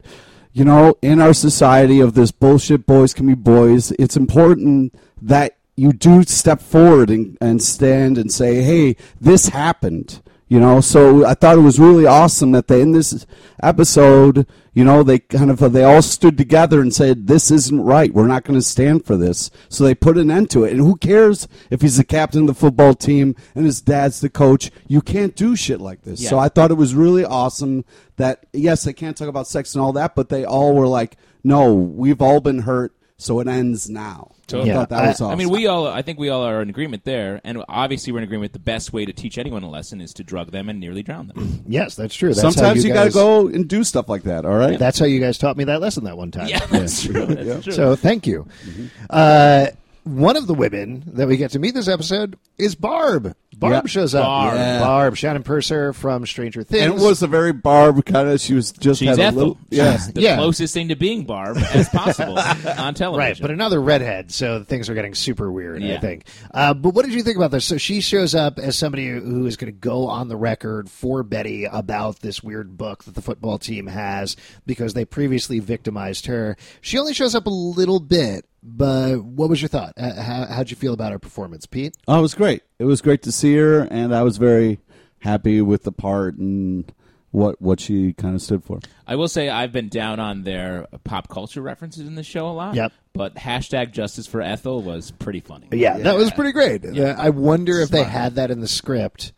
[SPEAKER 3] you know, in our society of this bullshit, boys can be boys, it's important that you do step forward and, and stand and say, hey, this happened. You know, so I thought it was really awesome that they, in this episode, you know, they kind of, they all stood together and said, this isn't right. We're not going to stand for this. So they put an end to it. And who cares if he's the captain of the football team and his dad's the coach? You can't do shit like this. So
[SPEAKER 2] Yeah.
[SPEAKER 3] I thought it was really awesome that, yes, they can't talk about sex and all that, but they all were like, no, we've all been hurt. So it ends now.
[SPEAKER 2] Totally.
[SPEAKER 3] I thought that was awesome.
[SPEAKER 2] I mean, we all. I think we all are in agreement there, and obviously we're in agreement. The best way to teach anyone a lesson is to drug them and nearly
[SPEAKER 1] *laughs*
[SPEAKER 2] drown them.
[SPEAKER 1] Yes, that's true. That's how
[SPEAKER 3] Sometimes you, got to
[SPEAKER 1] guys-
[SPEAKER 3] go and do stuff like that, all right?
[SPEAKER 1] *laughs* That's how you guys taught me that lesson that one time.
[SPEAKER 2] yeah, *laughs* that's true. That's true.
[SPEAKER 1] So thank you.
[SPEAKER 3] Mm-hmm.
[SPEAKER 1] Uh, one of the women that we get to meet this episode is Barb. Barb
[SPEAKER 3] Yeah.
[SPEAKER 1] shows up.
[SPEAKER 2] Barb.
[SPEAKER 3] Yeah.
[SPEAKER 1] Barb Shannon Purser from Stranger Things.
[SPEAKER 3] and it was a very Barb kind of, she was just
[SPEAKER 2] She's
[SPEAKER 3] had a
[SPEAKER 2] Ethel.
[SPEAKER 3] little.
[SPEAKER 2] Yes,
[SPEAKER 3] Yes.
[SPEAKER 2] *laughs* the
[SPEAKER 1] Yeah.
[SPEAKER 2] closest thing to being Barb
[SPEAKER 1] *laughs*
[SPEAKER 2] as possible on television.
[SPEAKER 1] right, but another redhead, so things are getting super weird. I
[SPEAKER 2] Yeah.
[SPEAKER 1] think. Uh, but what did you think about this? So she shows up as somebody who is going to go on the record for Betty about this weird book that the football team has because they previously victimized her. She only shows up a little bit, but what was your thought? Uh, how, how'd you feel about her performance, Pete?
[SPEAKER 3] Oh, it was great. It was great to see her, and I was very happy with the part and what what she kind of stood for.
[SPEAKER 2] I will say I've been down on their pop culture references in the show a lot.
[SPEAKER 1] Yep.
[SPEAKER 2] But hashtag justice for Ethel was pretty funny.
[SPEAKER 1] Yeah, that was pretty great. Uh, I wonder if they had that in the script,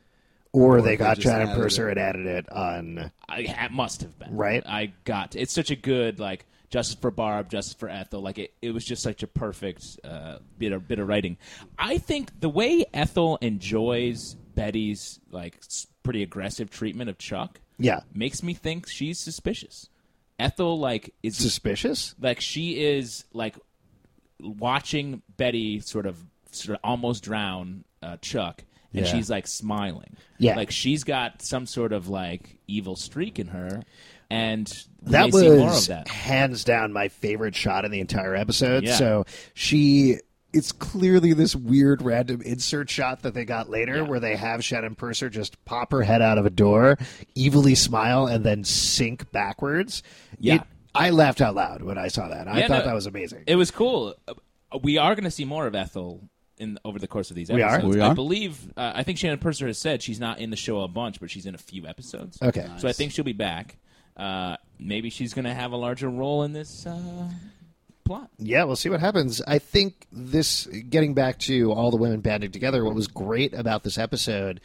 [SPEAKER 1] or, they
[SPEAKER 3] if they
[SPEAKER 1] got
[SPEAKER 3] just
[SPEAKER 1] Shannon
[SPEAKER 3] added
[SPEAKER 1] Purser and added it on.
[SPEAKER 2] I, it must have been
[SPEAKER 1] Right.
[SPEAKER 2] I got it's such a good like justice for Barb, justice for Ethel. Like it, it was just such a perfect uh, bit of bit of writing. I think the way Ethel enjoys Betty's like s- pretty aggressive treatment of Chuck,
[SPEAKER 1] Yeah.
[SPEAKER 2] makes me think she's suspicious. Ethel like is
[SPEAKER 1] Suspicious.
[SPEAKER 2] like she is like watching Betty sort of sort of almost drown uh, Chuck, and
[SPEAKER 1] Yeah.
[SPEAKER 2] she's like smiling.
[SPEAKER 1] Yeah.
[SPEAKER 2] like she's got some sort of like evil streak in her, and we
[SPEAKER 1] that
[SPEAKER 2] may see more of
[SPEAKER 1] was
[SPEAKER 2] that.
[SPEAKER 1] hands down my favorite shot in the entire episode.
[SPEAKER 2] Yeah.
[SPEAKER 1] So she. It's clearly this weird random insert shot that they got later where they have Shannon Purser just pop her head out of a door, evilly smile, and then sink backwards.
[SPEAKER 2] Yeah.
[SPEAKER 1] It- I laughed out loud when I saw that. I
[SPEAKER 2] Yeah,
[SPEAKER 1] thought
[SPEAKER 2] no,
[SPEAKER 1] that was amazing.
[SPEAKER 2] It was cool. Uh, We are going to see more of Ethel in over the course of these
[SPEAKER 1] are?
[SPEAKER 2] episodes.
[SPEAKER 3] We
[SPEAKER 2] I
[SPEAKER 3] are?
[SPEAKER 2] believe. Uh, I think Shannon Purser has said she's not in the show a bunch, but she's in a few episodes.
[SPEAKER 1] Okay.
[SPEAKER 2] so I think she'll be back. Uh, maybe she's going to have a larger role in this uh, plot.
[SPEAKER 1] Yeah, we'll see what happens. I think this, getting back to all the women banding together, what was great about this episode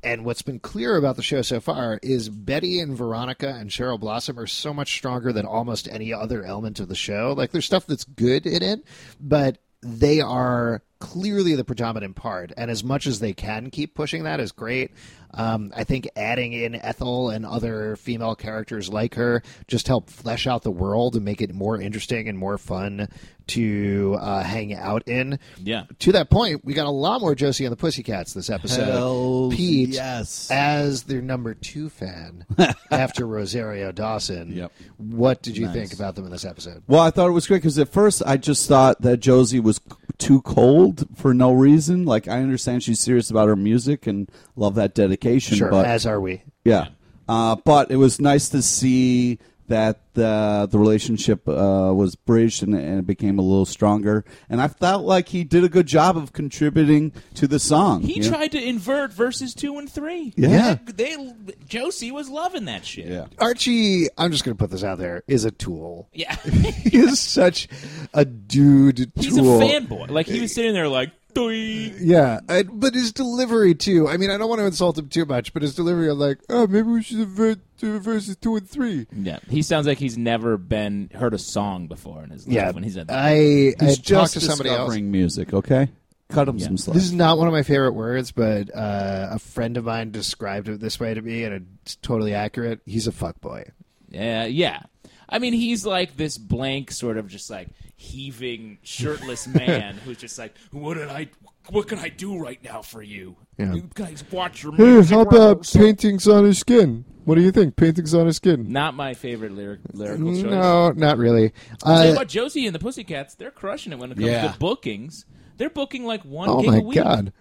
[SPEAKER 1] and what's been clear about the show so far is Betty and Veronica and Cheryl Blossom are so much stronger than almost any other element of the show. Like, there's stuff that's good in it, but they are clearly the predominant part. And as much as they can keep pushing that is great. Um, I think adding in Ethel and other female characters like her just help flesh out the world and make it more interesting and more fun to uh, hang out in.
[SPEAKER 2] Yeah.
[SPEAKER 1] To that point, we got a lot more Josie and the Pussycats this episode.
[SPEAKER 3] Hell
[SPEAKER 1] Pete,
[SPEAKER 3] yes.
[SPEAKER 1] as their number two
[SPEAKER 2] *laughs*
[SPEAKER 1] fan after Rosario Dawson,
[SPEAKER 2] Yep.
[SPEAKER 1] what did you think about them in this episode?
[SPEAKER 3] Well, I thought it was great because at first I just thought that Josie was c- too cold for no reason. Like I understand she's serious about her music and love that dedication,
[SPEAKER 1] Sure,
[SPEAKER 3] but
[SPEAKER 1] as are we.
[SPEAKER 3] yeah. Uh, but it was nice to see that the the relationship uh, was bridged and, and it became a little stronger. And I felt like he did a good job of contributing to the song.
[SPEAKER 2] He
[SPEAKER 3] you know?
[SPEAKER 2] tried to invert verses two and three.
[SPEAKER 3] Yeah.
[SPEAKER 2] They, they- Josie was loving that shit.
[SPEAKER 3] Yeah.
[SPEAKER 1] Archie, I'm just going to put this out there, is a
[SPEAKER 2] *laughs*
[SPEAKER 1] tool.
[SPEAKER 2] Yeah.
[SPEAKER 1] he is such a dude
[SPEAKER 2] He's
[SPEAKER 1] tool.
[SPEAKER 2] a fanboy. Like he was sitting there like, "Doink."
[SPEAKER 1] Yeah, and, but his delivery too. I mean, I don't want to insult him too much, but his delivery, I'm like, oh, maybe we should invert uh, verses two and three.
[SPEAKER 2] yeah. He sounds like he's never been heard a song before in his life
[SPEAKER 1] Yeah,
[SPEAKER 2] when he's at that.
[SPEAKER 1] I, I
[SPEAKER 3] He's
[SPEAKER 1] had talked
[SPEAKER 3] just
[SPEAKER 1] to somebody else.
[SPEAKER 3] discovering music. Okay, cut him some slack.
[SPEAKER 1] This is not one of my favorite words, but uh, a friend of mine described it this way to me, and it's totally accurate. He's a fuckboy.
[SPEAKER 2] Yeah, yeah. I mean, he's like this blank, sort of just like heaving,
[SPEAKER 1] *laughs*
[SPEAKER 2] shirtless man who's just like, "What did I? What can I do right now for you?
[SPEAKER 1] Yeah.
[SPEAKER 2] You guys watch your music." So-
[SPEAKER 1] paintings on his skin? What do you think? Paintings on his skin?
[SPEAKER 2] Not my favorite lyric lyrical choice.
[SPEAKER 1] No, not really.
[SPEAKER 2] Tell you
[SPEAKER 1] Uh,
[SPEAKER 2] what, Josie and the Pussycats, they're crushing it when it comes
[SPEAKER 3] Yeah.
[SPEAKER 2] to bookings. They're booking like one
[SPEAKER 1] oh
[SPEAKER 2] gig
[SPEAKER 1] my
[SPEAKER 2] a week.
[SPEAKER 1] god,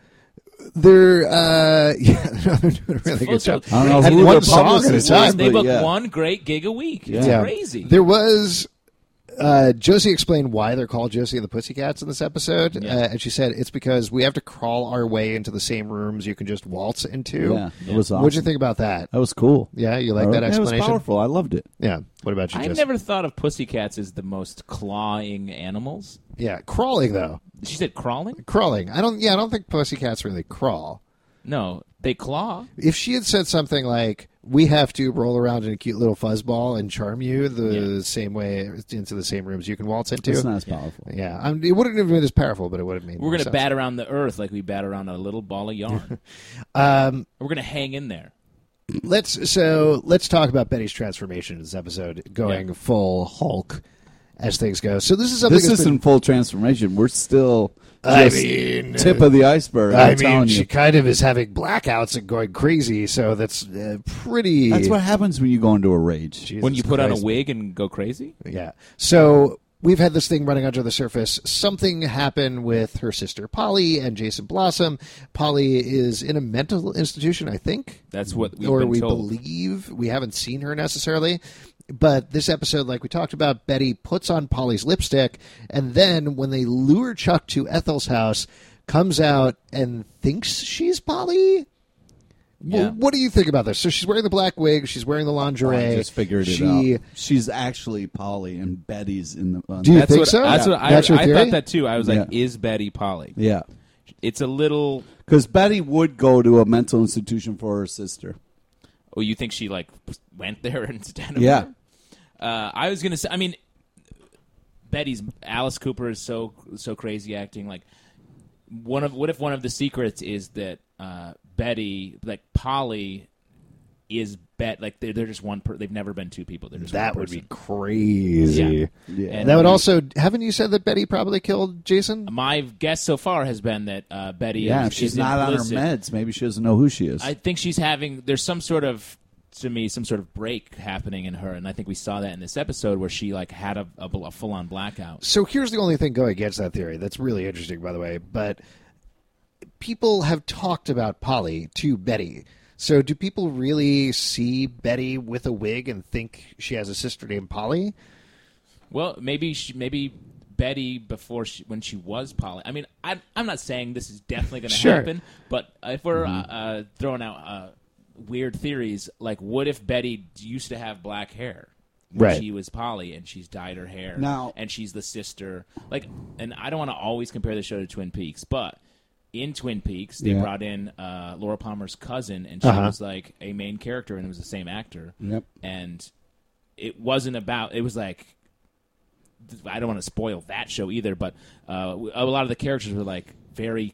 [SPEAKER 1] they're uh, *laughs* yeah, no, they're doing a really good
[SPEAKER 2] Also,
[SPEAKER 1] job.
[SPEAKER 3] I don't know
[SPEAKER 1] And
[SPEAKER 3] who
[SPEAKER 1] one
[SPEAKER 3] their
[SPEAKER 1] song at a
[SPEAKER 3] publicist
[SPEAKER 1] time,
[SPEAKER 3] was,
[SPEAKER 2] They
[SPEAKER 3] but
[SPEAKER 2] book
[SPEAKER 3] yeah.
[SPEAKER 2] one great gig a week. It's crazy.
[SPEAKER 1] There was. Uh, Josie explained why they're called Josie and the Pussycats in this episode.
[SPEAKER 2] Yeah.
[SPEAKER 1] Uh, and she said it's because we have to crawl our way into the same rooms you can just waltz into.
[SPEAKER 3] Yeah, it was awesome. Oh.
[SPEAKER 1] What'd you think about that?
[SPEAKER 3] That was cool.
[SPEAKER 1] Yeah, you like
[SPEAKER 3] All
[SPEAKER 1] that
[SPEAKER 3] right. It was
[SPEAKER 1] explanation?
[SPEAKER 3] powerful. I loved it.
[SPEAKER 1] Yeah. What about you,
[SPEAKER 2] I
[SPEAKER 1] Jess?
[SPEAKER 2] never thought of pussycats as the most clawing animals.
[SPEAKER 1] Yeah, crawling though.
[SPEAKER 2] She said crawling?
[SPEAKER 1] Crawling. I don't. Yeah, I don't think pussycats really crawl.
[SPEAKER 2] No, they claw.
[SPEAKER 1] If she had said something like, "We have to roll around in a cute little fuzzball and charm you the same way into the same rooms you can waltz into,"
[SPEAKER 3] It's not as powerful.
[SPEAKER 1] yeah, I'm, it wouldn't have been as powerful, but it would have made.
[SPEAKER 2] We're
[SPEAKER 1] more
[SPEAKER 2] gonna
[SPEAKER 1] sense.
[SPEAKER 2] bat around the earth like we bat around a little ball
[SPEAKER 1] *laughs*
[SPEAKER 2] of yarn.
[SPEAKER 1] Um,
[SPEAKER 2] We're gonna hang in there.
[SPEAKER 1] let's so let's talk about Betty's transformation in this episode, going full Hulk as things go. So this is something.
[SPEAKER 3] This
[SPEAKER 1] that's been-
[SPEAKER 3] isn't full transformation. We're still
[SPEAKER 1] I
[SPEAKER 3] just
[SPEAKER 1] mean-
[SPEAKER 3] tip of the iceberg. I'm
[SPEAKER 1] I mean,
[SPEAKER 3] telling
[SPEAKER 1] she
[SPEAKER 3] you.
[SPEAKER 1] kind of is having blackouts and going crazy, so that's uh, pretty.
[SPEAKER 3] That's what happens when you go into a rage.
[SPEAKER 2] when you
[SPEAKER 1] Jesus
[SPEAKER 2] put on
[SPEAKER 1] Christ.
[SPEAKER 2] a wig and go crazy?
[SPEAKER 1] Yeah. So we've had this thing running under the surface. Something happened with her sister Polly and Jason Blossom. Polly is in a mental institution, I think.
[SPEAKER 2] That's what we've
[SPEAKER 1] or
[SPEAKER 2] been
[SPEAKER 1] we
[SPEAKER 2] told.
[SPEAKER 1] believe. We haven't seen her necessarily. But this episode, like we talked about, Betty puts on Polly's lipstick, and then when they lure Chuck to Ethel's house, comes out and thinks she's Polly. Well,
[SPEAKER 2] Yeah.
[SPEAKER 1] what do you think about this? So she's wearing the black wig, she's wearing the lingerie.
[SPEAKER 3] Oh, I just figured it
[SPEAKER 1] she,
[SPEAKER 3] out. She's actually Polly, and Betty's in the. uh, on
[SPEAKER 1] Do you
[SPEAKER 3] that-
[SPEAKER 2] That's
[SPEAKER 1] think
[SPEAKER 2] what,
[SPEAKER 1] so?
[SPEAKER 2] That's what I,
[SPEAKER 1] That's your
[SPEAKER 2] I
[SPEAKER 1] theory?
[SPEAKER 2] thought that too. I was like,
[SPEAKER 3] Yeah.
[SPEAKER 2] is Betty Polly?
[SPEAKER 3] yeah,
[SPEAKER 2] It's a little.
[SPEAKER 3] because Betty would go to a mental institution for her sister.
[SPEAKER 2] Oh, you think she like went there *laughs* instead of
[SPEAKER 3] Yeah.
[SPEAKER 2] her? Uh, I was gonna say. I mean, Betty's Alice Cooper is so so crazy acting. Like one of what if one of the secrets is that uh, Betty like Polly is bet like they're, they're just one per they've never been two people they're just
[SPEAKER 1] That
[SPEAKER 2] one
[SPEAKER 1] would be
[SPEAKER 2] person.
[SPEAKER 1] crazy.
[SPEAKER 3] Yeah.
[SPEAKER 1] And that would also haven't you said that Betty probably killed Jason?
[SPEAKER 2] my guess so far has been that uh, Betty
[SPEAKER 3] Yeah,
[SPEAKER 2] is,
[SPEAKER 3] if she's
[SPEAKER 2] is
[SPEAKER 3] not on her
[SPEAKER 2] implicit.
[SPEAKER 3] meds, maybe she doesn't know who she is.
[SPEAKER 2] I think she's having there's some sort of to me some sort of break happening in her, and I think we saw that in this episode where she like had a, a, full on blackout.
[SPEAKER 1] So here's the only thing going against that theory. That's really interesting, by the way. But people have talked about Polly to Betty. So do people really see Betty with a wig and think she has a sister named Polly?
[SPEAKER 2] Well, maybe she maybe. Betty, before she, when she was Polly, I mean, I, I'm not saying this is definitely going to
[SPEAKER 1] Sure. Mm-hmm.
[SPEAKER 2] happen, but if we're uh, uh, throwing out uh, weird theories, like what if Betty used to have black hair? when
[SPEAKER 1] Right.
[SPEAKER 2] She was Polly, and she's dyed her hair
[SPEAKER 3] Now-
[SPEAKER 2] and she's the sister. Like, and I don't want to always compare the show to Twin Peaks, but in Twin Peaks, they
[SPEAKER 3] Yeah.
[SPEAKER 2] brought in uh, Laura Palmer's cousin, and
[SPEAKER 1] Uh-huh.
[SPEAKER 2] she was like a main character, and it was the same actor.
[SPEAKER 3] Yep.
[SPEAKER 2] And it wasn't about. It was like. I don't want to spoil that show either, but uh, a lot of the characters were like very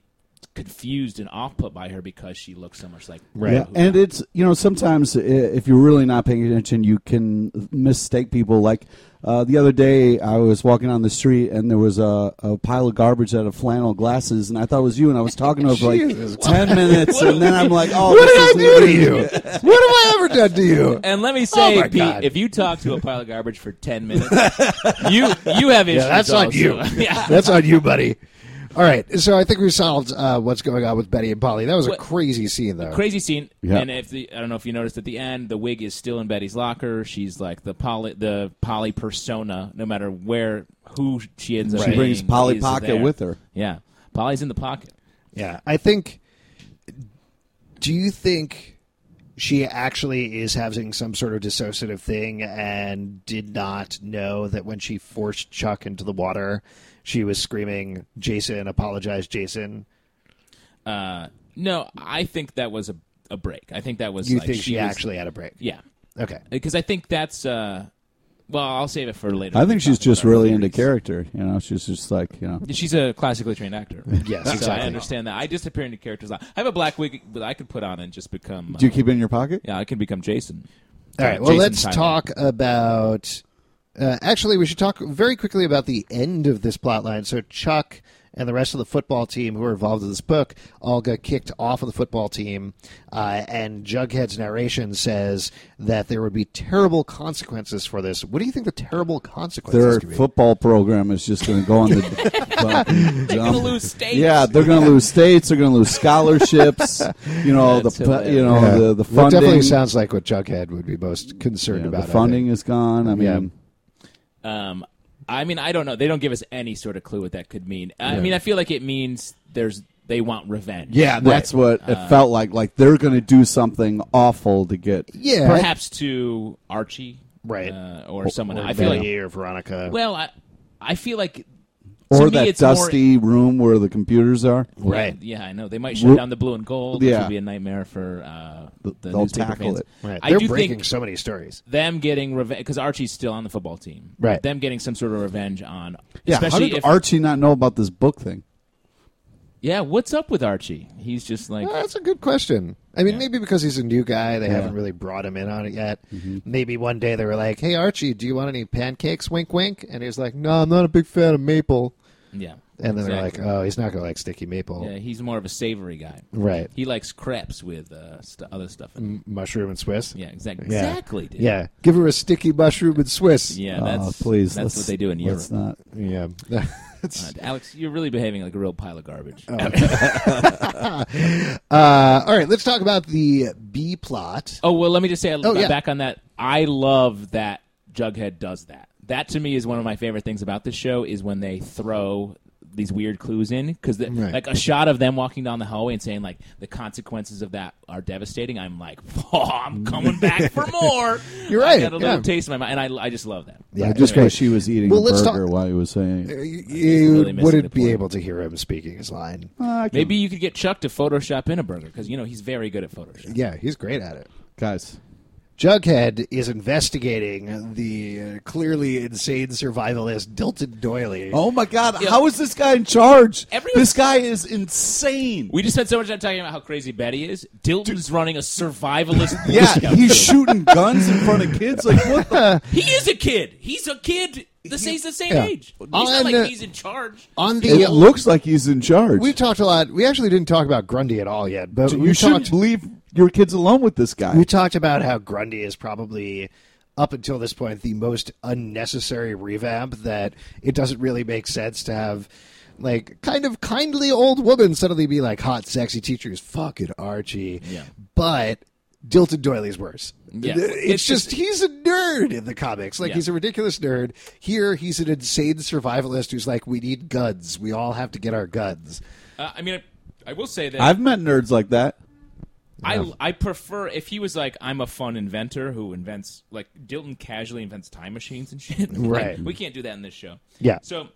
[SPEAKER 2] confused and off put by her because she looks so much like
[SPEAKER 1] Right.
[SPEAKER 3] Yeah, and it's you know sometimes i- if you're really not paying attention, you can mistake people. Like uh, the other day, I was walking on the street and there was a, a pile of garbage out of flannel glasses, and I thought it was you, and I was talking to her for
[SPEAKER 1] Jesus.
[SPEAKER 3] like *laughs* ten minutes, and then I'm like, oh,
[SPEAKER 1] What did
[SPEAKER 3] this
[SPEAKER 1] I
[SPEAKER 3] is
[SPEAKER 1] do to you? *laughs* What have I ever done to you?
[SPEAKER 2] And let me say,
[SPEAKER 1] Oh my
[SPEAKER 2] Pete,
[SPEAKER 1] God.
[SPEAKER 2] if you talk to a pile of garbage for *laughs* ten minutes, you you have issues.
[SPEAKER 1] Yeah, that's on
[SPEAKER 2] also.
[SPEAKER 1] you.
[SPEAKER 2] *laughs* yeah.
[SPEAKER 1] That's on you, buddy. All right, so I think we solved uh, what's going on with Betty and Polly. That was a
[SPEAKER 2] What-
[SPEAKER 1] crazy scene, though.
[SPEAKER 2] Crazy scene,
[SPEAKER 3] Yeah.
[SPEAKER 2] and if the, I don't know if you noticed at the end, the wig is still in Betty's locker. She's like the poly, the Polly persona, no matter where who she ends up.
[SPEAKER 1] She
[SPEAKER 2] being,
[SPEAKER 3] brings Polly
[SPEAKER 2] is
[SPEAKER 3] Pocket
[SPEAKER 2] there.
[SPEAKER 3] with her.
[SPEAKER 2] Yeah, Polly's in the pocket.
[SPEAKER 1] yeah, I think. Do you think she actually is having some sort of dissociative thing and did not know that when she forced Chuck into the water, she was screaming, "Jason, apologize, Jason."
[SPEAKER 2] Uh, no, I think that was a, a break. I think that was.
[SPEAKER 1] You
[SPEAKER 2] like,
[SPEAKER 1] think she,
[SPEAKER 2] was-
[SPEAKER 1] actually had a break?
[SPEAKER 2] Yeah,
[SPEAKER 1] Okay.
[SPEAKER 2] because I think that's. Uh, well, I'll save it for later.
[SPEAKER 3] I think she's just really into
[SPEAKER 2] character.
[SPEAKER 3] character. You know, she's just like you know.
[SPEAKER 2] She's a classically trained actor.
[SPEAKER 1] *laughs* Yes,
[SPEAKER 2] so
[SPEAKER 1] exactly.
[SPEAKER 2] I understand that. I disappear into characters. a lot. I have a black wig that I could put on and just become. Uh,
[SPEAKER 3] Do you keep it in your pocket?
[SPEAKER 2] yeah, I can become Jason. Uh,
[SPEAKER 1] All right. Well,
[SPEAKER 2] Jason
[SPEAKER 1] let's
[SPEAKER 2] Tyler.
[SPEAKER 1] talk about. Uh, actually, we should talk very quickly about the end of this plot line. So Chuck and the rest of the football team who are involved in this book all got kicked off of the football team, uh, and Jughead's narration says that there would be terrible consequences for this. What do you think the terrible consequences
[SPEAKER 3] Their
[SPEAKER 1] could be?
[SPEAKER 3] football program is just going to go on the. *laughs* fucking
[SPEAKER 2] They're gonna
[SPEAKER 1] Um,
[SPEAKER 3] dump.
[SPEAKER 2] lose states.
[SPEAKER 3] Yeah, they're going to lose states. They're going to
[SPEAKER 2] *laughs*
[SPEAKER 3] lose scholarships. You know
[SPEAKER 2] That's
[SPEAKER 3] the pu- you
[SPEAKER 2] hilarious.
[SPEAKER 3] know
[SPEAKER 1] Yeah.
[SPEAKER 3] uh, the the
[SPEAKER 1] That
[SPEAKER 3] funding.
[SPEAKER 1] definitely sounds like what Jughead would be most concerned
[SPEAKER 3] Yeah,
[SPEAKER 1] about. I
[SPEAKER 3] the
[SPEAKER 1] think.
[SPEAKER 3] funding is gone. I mean,
[SPEAKER 1] Yeah.
[SPEAKER 2] Um, I mean, I don't know. They don't give us any sort of clue what that could mean. I mean, I feel like it means there's they want revenge.
[SPEAKER 3] yeah, that's what
[SPEAKER 2] uh,
[SPEAKER 3] it felt like. Like they're going to do something awful to get.
[SPEAKER 1] Yeah.
[SPEAKER 2] perhaps to Archie,
[SPEAKER 1] Right.
[SPEAKER 2] uh, or someone.
[SPEAKER 1] Or
[SPEAKER 2] I feel like.
[SPEAKER 1] Betty or Veronica.
[SPEAKER 2] Well, I I feel like. to
[SPEAKER 3] Or
[SPEAKER 2] me,
[SPEAKER 3] that
[SPEAKER 2] it's more-
[SPEAKER 3] dusty room where the computers are.
[SPEAKER 1] right.
[SPEAKER 2] Yeah, I know. They might shut
[SPEAKER 3] We're-
[SPEAKER 2] down the blue and gold, which
[SPEAKER 3] Yeah.
[SPEAKER 2] would be a nightmare for uh, the
[SPEAKER 3] They'll
[SPEAKER 2] newspaper
[SPEAKER 3] tackle
[SPEAKER 2] fans.
[SPEAKER 3] it.
[SPEAKER 1] Right.
[SPEAKER 2] I
[SPEAKER 1] They're
[SPEAKER 2] do
[SPEAKER 1] breaking
[SPEAKER 2] think
[SPEAKER 1] so many stories.
[SPEAKER 2] them getting revenge because Archie's still on the football team.
[SPEAKER 1] Right.
[SPEAKER 2] Them getting some sort of revenge on.
[SPEAKER 3] Yeah,
[SPEAKER 2] Especially
[SPEAKER 3] how did
[SPEAKER 2] if,
[SPEAKER 3] Archie not know about this book thing?
[SPEAKER 2] yeah. What's up with Archie? He's just like.
[SPEAKER 1] Well, that's a good question. I mean,
[SPEAKER 2] Yeah.
[SPEAKER 1] maybe because he's a new guy, they haven't really brought him in on it yet.
[SPEAKER 2] Mm-hmm.
[SPEAKER 1] Maybe one day they were like, "Hey, Archie, do you want any pancakes?" Wink, wink. And he's like, "No, I'm not a big fan of maple."
[SPEAKER 2] Yeah.
[SPEAKER 1] And then
[SPEAKER 2] exactly.
[SPEAKER 1] they're like, "Oh, he's not gonna like sticky maple,
[SPEAKER 2] Yeah, he's more of a savory guy.
[SPEAKER 1] right?
[SPEAKER 2] He likes crepes with uh, st- other stuff. In it.
[SPEAKER 1] M- mushroom and Swiss."
[SPEAKER 2] Yeah, exactly.
[SPEAKER 1] Yeah.
[SPEAKER 2] Exactly, dude.
[SPEAKER 1] Yeah. give her a sticky mushroom and Swiss.
[SPEAKER 2] Yeah,
[SPEAKER 3] Oh,
[SPEAKER 2] that's
[SPEAKER 3] please,
[SPEAKER 2] That's
[SPEAKER 3] let's-
[SPEAKER 2] what they do in Europe.
[SPEAKER 3] let's not.
[SPEAKER 1] yeah. *laughs*
[SPEAKER 2] Uh, Alex, you're really behaving like a real pile of garbage. Oh,
[SPEAKER 1] uh, all right, let's talk about the B plot.
[SPEAKER 2] oh, well, let me just say,
[SPEAKER 1] Oh, yeah.
[SPEAKER 2] back on that. I love that Jughead does that. That to me is one of my favorite things about this show is when they throw these weird clues in because
[SPEAKER 1] Right.
[SPEAKER 2] like a shot of them walking down the hallway and saying like the consequences of that are devastating. I'm like, *laughs* oh, I'm coming
[SPEAKER 1] *laughs*
[SPEAKER 2] back for more.
[SPEAKER 1] You're
[SPEAKER 2] I
[SPEAKER 1] right,
[SPEAKER 2] got a little
[SPEAKER 1] yeah.
[SPEAKER 2] taste in my mind, and I, I just love that.
[SPEAKER 1] Yeah,
[SPEAKER 3] I just
[SPEAKER 1] anyway.
[SPEAKER 3] wish he was eating
[SPEAKER 1] Well,
[SPEAKER 3] a
[SPEAKER 1] let's talk-
[SPEAKER 3] burger while he was saying. it.
[SPEAKER 1] You, you
[SPEAKER 2] really missing the
[SPEAKER 1] wouldn't be
[SPEAKER 2] point.
[SPEAKER 1] able to hear him speaking his line.
[SPEAKER 3] Ah, okay.
[SPEAKER 2] Maybe you could get Chuck to Photoshop in a burger because you know he's very good at Photoshop.
[SPEAKER 1] Yeah, he's great at it.
[SPEAKER 3] guys.
[SPEAKER 1] Jughead is investigating the uh, clearly insane survivalist Dilton Doily.
[SPEAKER 3] Oh my God!
[SPEAKER 2] Yeah.
[SPEAKER 3] How is this guy in charge?
[SPEAKER 2] Everyone-
[SPEAKER 3] this guy is insane.
[SPEAKER 2] We just spent so much time talking about how crazy Betty is. Dilton's running a
[SPEAKER 1] *laughs*
[SPEAKER 2] survivalist. Boy
[SPEAKER 3] *laughs* yeah,
[SPEAKER 2] Scout
[SPEAKER 3] he's
[SPEAKER 2] troop.
[SPEAKER 3] shooting guns in front of kids. Like
[SPEAKER 1] *laughs*
[SPEAKER 3] what the?
[SPEAKER 2] he is a kid. He's a kid. The he's the same
[SPEAKER 1] yeah.
[SPEAKER 2] age. He's
[SPEAKER 1] On,
[SPEAKER 2] not like
[SPEAKER 1] uh,
[SPEAKER 2] he's in charge.
[SPEAKER 1] On the
[SPEAKER 3] It looks like he's in charge.
[SPEAKER 1] we talked a lot. We actually didn't talk about Grundy at all yet, but we
[SPEAKER 3] you shouldn't
[SPEAKER 1] talked
[SPEAKER 3] leave your kids alone with this guy.
[SPEAKER 1] we talked about how Grundy is probably up until this point the most unnecessary revamp that it doesn't really make sense to have like kind of kindly old woman suddenly be like hot sexy teachers fucking Archie.
[SPEAKER 2] Yeah.
[SPEAKER 1] But Dilton Doily's worse.
[SPEAKER 2] Yeah.
[SPEAKER 1] It's,
[SPEAKER 2] It's
[SPEAKER 1] just, he's a nerd in the comics. Like
[SPEAKER 2] Yeah.
[SPEAKER 1] he's a ridiculous nerd. Here he's an insane survivalist who's like, We need guns. We all have to get our guns.
[SPEAKER 2] Uh, I mean, I, I will say that
[SPEAKER 3] I've met nerds like that.
[SPEAKER 2] I I prefer if he was like I'm a fun inventor who invents like Dilton casually invents time machines and shit. *laughs* Like,
[SPEAKER 1] Right.
[SPEAKER 2] we can't do that in this show.
[SPEAKER 1] Yeah.
[SPEAKER 2] So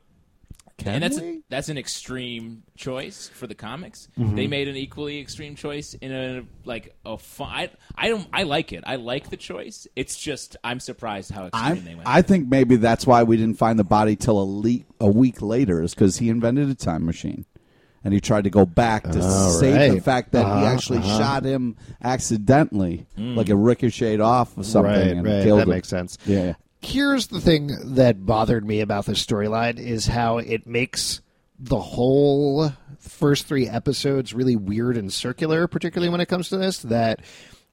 [SPEAKER 2] and that's
[SPEAKER 3] we? Mm-hmm.
[SPEAKER 2] that's an extreme choice for the comics. They made an equally extreme choice in a like a fun. I, I don't I like it. I like the choice. It's just I'm surprised how extreme they
[SPEAKER 3] I'm,
[SPEAKER 2] went.
[SPEAKER 3] I think maybe that's why we didn't find the body till a, le- a week later, is because he invented a time machine, and he tried to go back to
[SPEAKER 1] All
[SPEAKER 3] save the
[SPEAKER 1] right.
[SPEAKER 3] fact that he
[SPEAKER 1] Uh-huh,
[SPEAKER 3] actually
[SPEAKER 1] uh-huh.
[SPEAKER 3] shot him accidentally, like it ricocheted off of something and
[SPEAKER 1] right, right.
[SPEAKER 3] killed
[SPEAKER 1] that
[SPEAKER 3] him.
[SPEAKER 1] makes sense.
[SPEAKER 3] Yeah, yeah.
[SPEAKER 1] Here's the thing that bothered me about this storyline is how it makes the whole first three episodes really weird and circular, particularly when it comes to this. That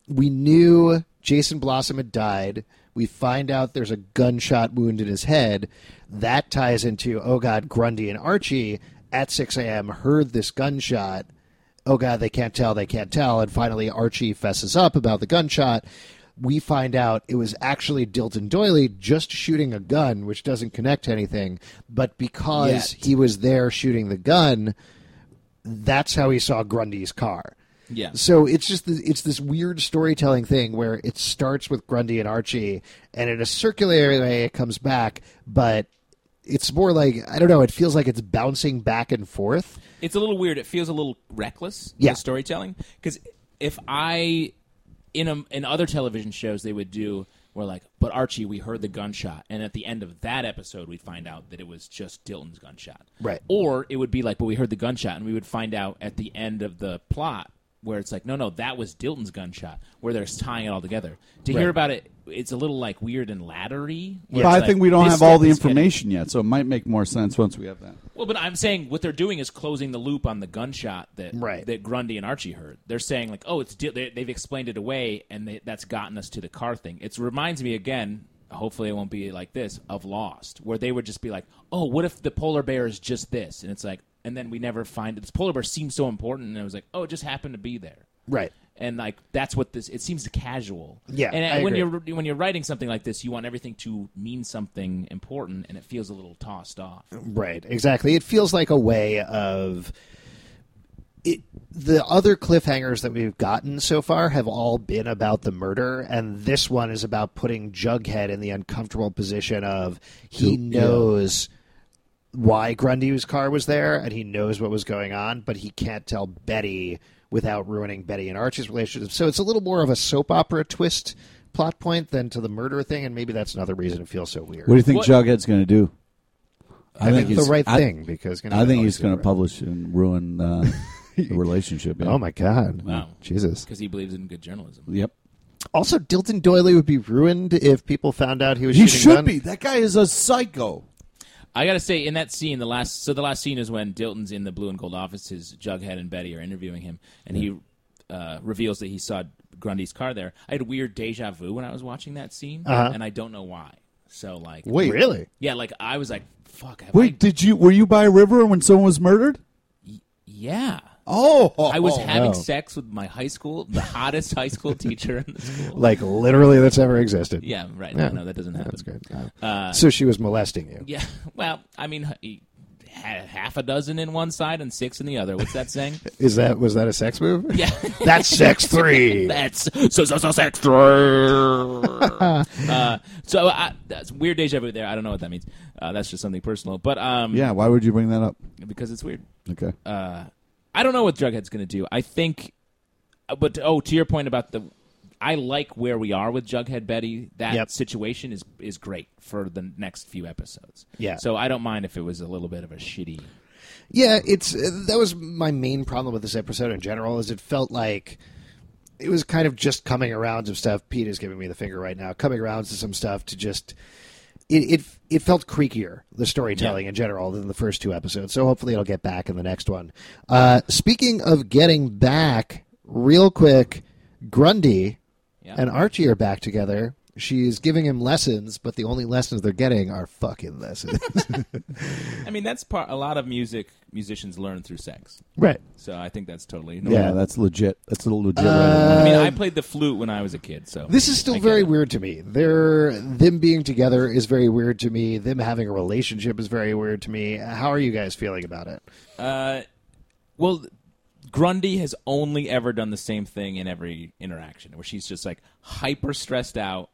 [SPEAKER 1] we knew Jason Blossom had died. We find out there's a gunshot wound in his head. That ties into oh god, Grundy and Archie at 6 a.m. heard this gunshot. Oh god, they can't tell, they can't tell, and finally Archie fesses up about the gunshot we find out it was actually Dilton Doily just shooting a gun, which doesn't connect to anything. But because he was there shooting the gun, that's how he saw Grundy's car.
[SPEAKER 2] Yeah.
[SPEAKER 1] So it's just th- it's this weird storytelling thing where it starts with Grundy and Archie, and in a circular way it comes back, but it's more like I don't know. It feels like it's bouncing back and forth.
[SPEAKER 2] it's a little weird. It feels a little reckless.
[SPEAKER 1] Yeah.
[SPEAKER 2] the storytelling. Because if I in a, in other television shows, they would do where like, but Archie, we heard the gunshot, and at the end of that episode, we'd find out that it was just Dilton's gunshot.
[SPEAKER 1] Right.
[SPEAKER 2] Or it would be like, but we heard the gunshot, and we would find out at the end of the plot where it's like, no, no, that was Dilton's gunshot. Where they're tying it all together. To hear about it, it's a little like weird and laddery. where it's
[SPEAKER 3] But I
[SPEAKER 2] like,
[SPEAKER 3] think we don't
[SPEAKER 2] this
[SPEAKER 3] have all
[SPEAKER 2] step
[SPEAKER 3] the
[SPEAKER 2] is getting-
[SPEAKER 3] information yet, so it might make more sense once we have that.
[SPEAKER 2] well, but I'm saying what they're doing is closing the loop on the gunshot that
[SPEAKER 1] Right.
[SPEAKER 2] that Grundy and Archie heard. They're saying like, oh, it's di- they, they've explained it away, and they, that's gotten us to the car thing. It reminds me again. Hopefully, it won't be like this of Lost, where they would just be like, oh, what if the polar bear is just this, and it's like, and then we never find it. This polar bear seems so important, and it was like, oh, it just happened to be there,
[SPEAKER 1] Right.
[SPEAKER 2] and like that's what this. It seems casual.
[SPEAKER 1] Yeah,
[SPEAKER 2] and
[SPEAKER 1] I
[SPEAKER 2] when
[SPEAKER 1] agree.
[SPEAKER 2] you're when you're writing something like this, you want everything to mean something important, and it feels a little tossed off.
[SPEAKER 1] Right, exactly. It feels like a way of it. The other cliffhangers that we've gotten so far have all been about the murder, and this one is about putting Jughead in the uncomfortable position of he knows why Grundy's car was there and he knows what was going on, but he can't tell Betty without ruining Betty and Archie's relationship. So it's a little more of a soap opera twist plot point than to the murder thing, and maybe that's another reason it feels so weird.
[SPEAKER 3] What do you think
[SPEAKER 2] What-
[SPEAKER 3] Jughead's going to do?
[SPEAKER 1] I, think, it's
[SPEAKER 3] he's-
[SPEAKER 1] the right
[SPEAKER 3] I-
[SPEAKER 1] thing because you know,
[SPEAKER 3] I think
[SPEAKER 1] always
[SPEAKER 3] he's
[SPEAKER 1] do
[SPEAKER 3] going
[SPEAKER 1] right.
[SPEAKER 3] to publish and
[SPEAKER 1] *laughs*
[SPEAKER 3] ruin uh, the relationship. yeah.
[SPEAKER 1] Oh my god!
[SPEAKER 2] Wow.
[SPEAKER 1] Jesus.
[SPEAKER 2] because he believes in good journalism.
[SPEAKER 3] Yep.
[SPEAKER 1] Also, Dilton Doily would be ruined if people found out he was.
[SPEAKER 3] He
[SPEAKER 1] shooting
[SPEAKER 3] should
[SPEAKER 1] gun.
[SPEAKER 3] be. That guy is a psycho.
[SPEAKER 2] I gotta say, in that scene, the last so the last scene is when Dilton's in the blue and gold office. His Jughead and Betty are interviewing him, and he uh, reveals that he saw Grundy's car there. I had weird deja vu when I was watching that scene, and I don't know why. So like,
[SPEAKER 1] Uh-huh. Wait, really?
[SPEAKER 2] yeah, like I was like, fuck, have
[SPEAKER 3] Wait,
[SPEAKER 2] I-
[SPEAKER 3] did you? Were you by a river when someone was murdered?
[SPEAKER 2] yeah.
[SPEAKER 3] Oh,
[SPEAKER 2] I was having
[SPEAKER 1] wow.
[SPEAKER 2] sex with my high school, the hottest high school teacher in the school.
[SPEAKER 1] Like literally, that's ever existed.
[SPEAKER 2] Yeah, Uh, right.
[SPEAKER 1] Yeah.
[SPEAKER 2] No, no, that doesn't happen.
[SPEAKER 1] that's good. so she was molesting you.
[SPEAKER 2] Yeah. *laughs* Well, I mean, he- ha- half a dozen in one side and six in the other. What's
[SPEAKER 1] *laughs*
[SPEAKER 2] that saying?
[SPEAKER 1] Is that was that a sex move?
[SPEAKER 2] Yeah.
[SPEAKER 1] that's
[SPEAKER 2] *laughs*
[SPEAKER 1] sex three.
[SPEAKER 2] That's so so so sex
[SPEAKER 1] *laughs*
[SPEAKER 2] uh, So I, that's weird deja vu there. I don't know what that means. Uh, that's just something personal, but um,
[SPEAKER 3] Yeah. Why would you bring that up?
[SPEAKER 2] because it's weird.
[SPEAKER 3] Okay.
[SPEAKER 2] Uh, I don't know what Jughead's going to do. I think, uh, but oh, to your point about the, I like where we are with Jughead Betty. That
[SPEAKER 1] Yep.
[SPEAKER 2] situation is is great for the next few episodes.
[SPEAKER 1] Yeah.
[SPEAKER 2] So I don't mind if it was a little bit of a shitty.
[SPEAKER 1] Yeah, it's uh, that was my main problem with this episode in general is it felt like it was kind of just coming around to stuff. Pete is giving me the finger right now, coming around to some stuff to just it it, it felt creakier the storytelling in general than the first two episodes. So hopefully it'll get back in the next one. Uh, speaking of getting back, real quick, Grundy
[SPEAKER 2] Yeah.
[SPEAKER 1] and Archie are back together. She's giving him lessons, but the only lessons they're getting are fucking lessons.
[SPEAKER 2] I mean, that's part. A lot of music musicians learn through sex.
[SPEAKER 1] right.
[SPEAKER 2] So I think that's totally
[SPEAKER 1] Yeah.
[SPEAKER 2] normal.
[SPEAKER 3] yeah, that's legit. That's a little
[SPEAKER 1] Uh,
[SPEAKER 3] legit.
[SPEAKER 2] I
[SPEAKER 3] right
[SPEAKER 2] mean, I played the flute when I was a kid, so
[SPEAKER 1] This is
[SPEAKER 2] I
[SPEAKER 1] still
[SPEAKER 2] get
[SPEAKER 1] very
[SPEAKER 2] it.
[SPEAKER 1] weird to me. Their them being together is very weird to me. Them having a relationship is very weird to me. How are you guys feeling about it?
[SPEAKER 2] Uh, Well, Grundy has only ever done the same thing in every interaction, where she's just like hyper stressed out,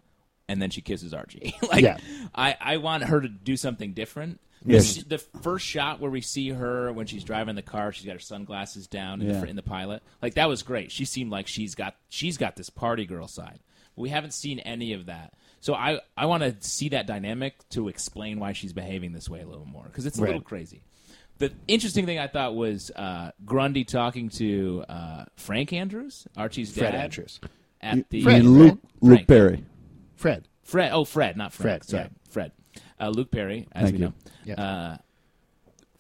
[SPEAKER 2] and then she kisses Archie. *laughs* like,
[SPEAKER 1] Yeah.
[SPEAKER 2] I, I want her to do something different.
[SPEAKER 3] Yes.
[SPEAKER 2] The, the first shot where we see her when she's driving the car, she's got her sunglasses down in, the
[SPEAKER 3] Yeah.
[SPEAKER 2] fr- in the pilot. Like that was great. She seemed like she's got she's got this party girl side. We haven't seen any of that. So I, I want to see that dynamic to explain why she's behaving this way a little more because it's a
[SPEAKER 1] Right.
[SPEAKER 2] little crazy. the interesting thing I thought was uh, Grundy talking to uh, Frank Andrews, Archie's dad.
[SPEAKER 1] Fred Andrews.
[SPEAKER 2] At the
[SPEAKER 1] Fred,
[SPEAKER 3] Luke,
[SPEAKER 1] right?
[SPEAKER 3] Luke
[SPEAKER 2] Frank.
[SPEAKER 3] Berry.
[SPEAKER 1] Fred.
[SPEAKER 2] Fred. Oh, Fred, not Frank.
[SPEAKER 1] Fred,
[SPEAKER 2] Sorry,
[SPEAKER 1] yeah.
[SPEAKER 2] Fred. Uh, Luke Perry, as
[SPEAKER 3] Thank
[SPEAKER 2] we
[SPEAKER 3] you.
[SPEAKER 2] know.
[SPEAKER 1] Yeah.
[SPEAKER 2] Uh,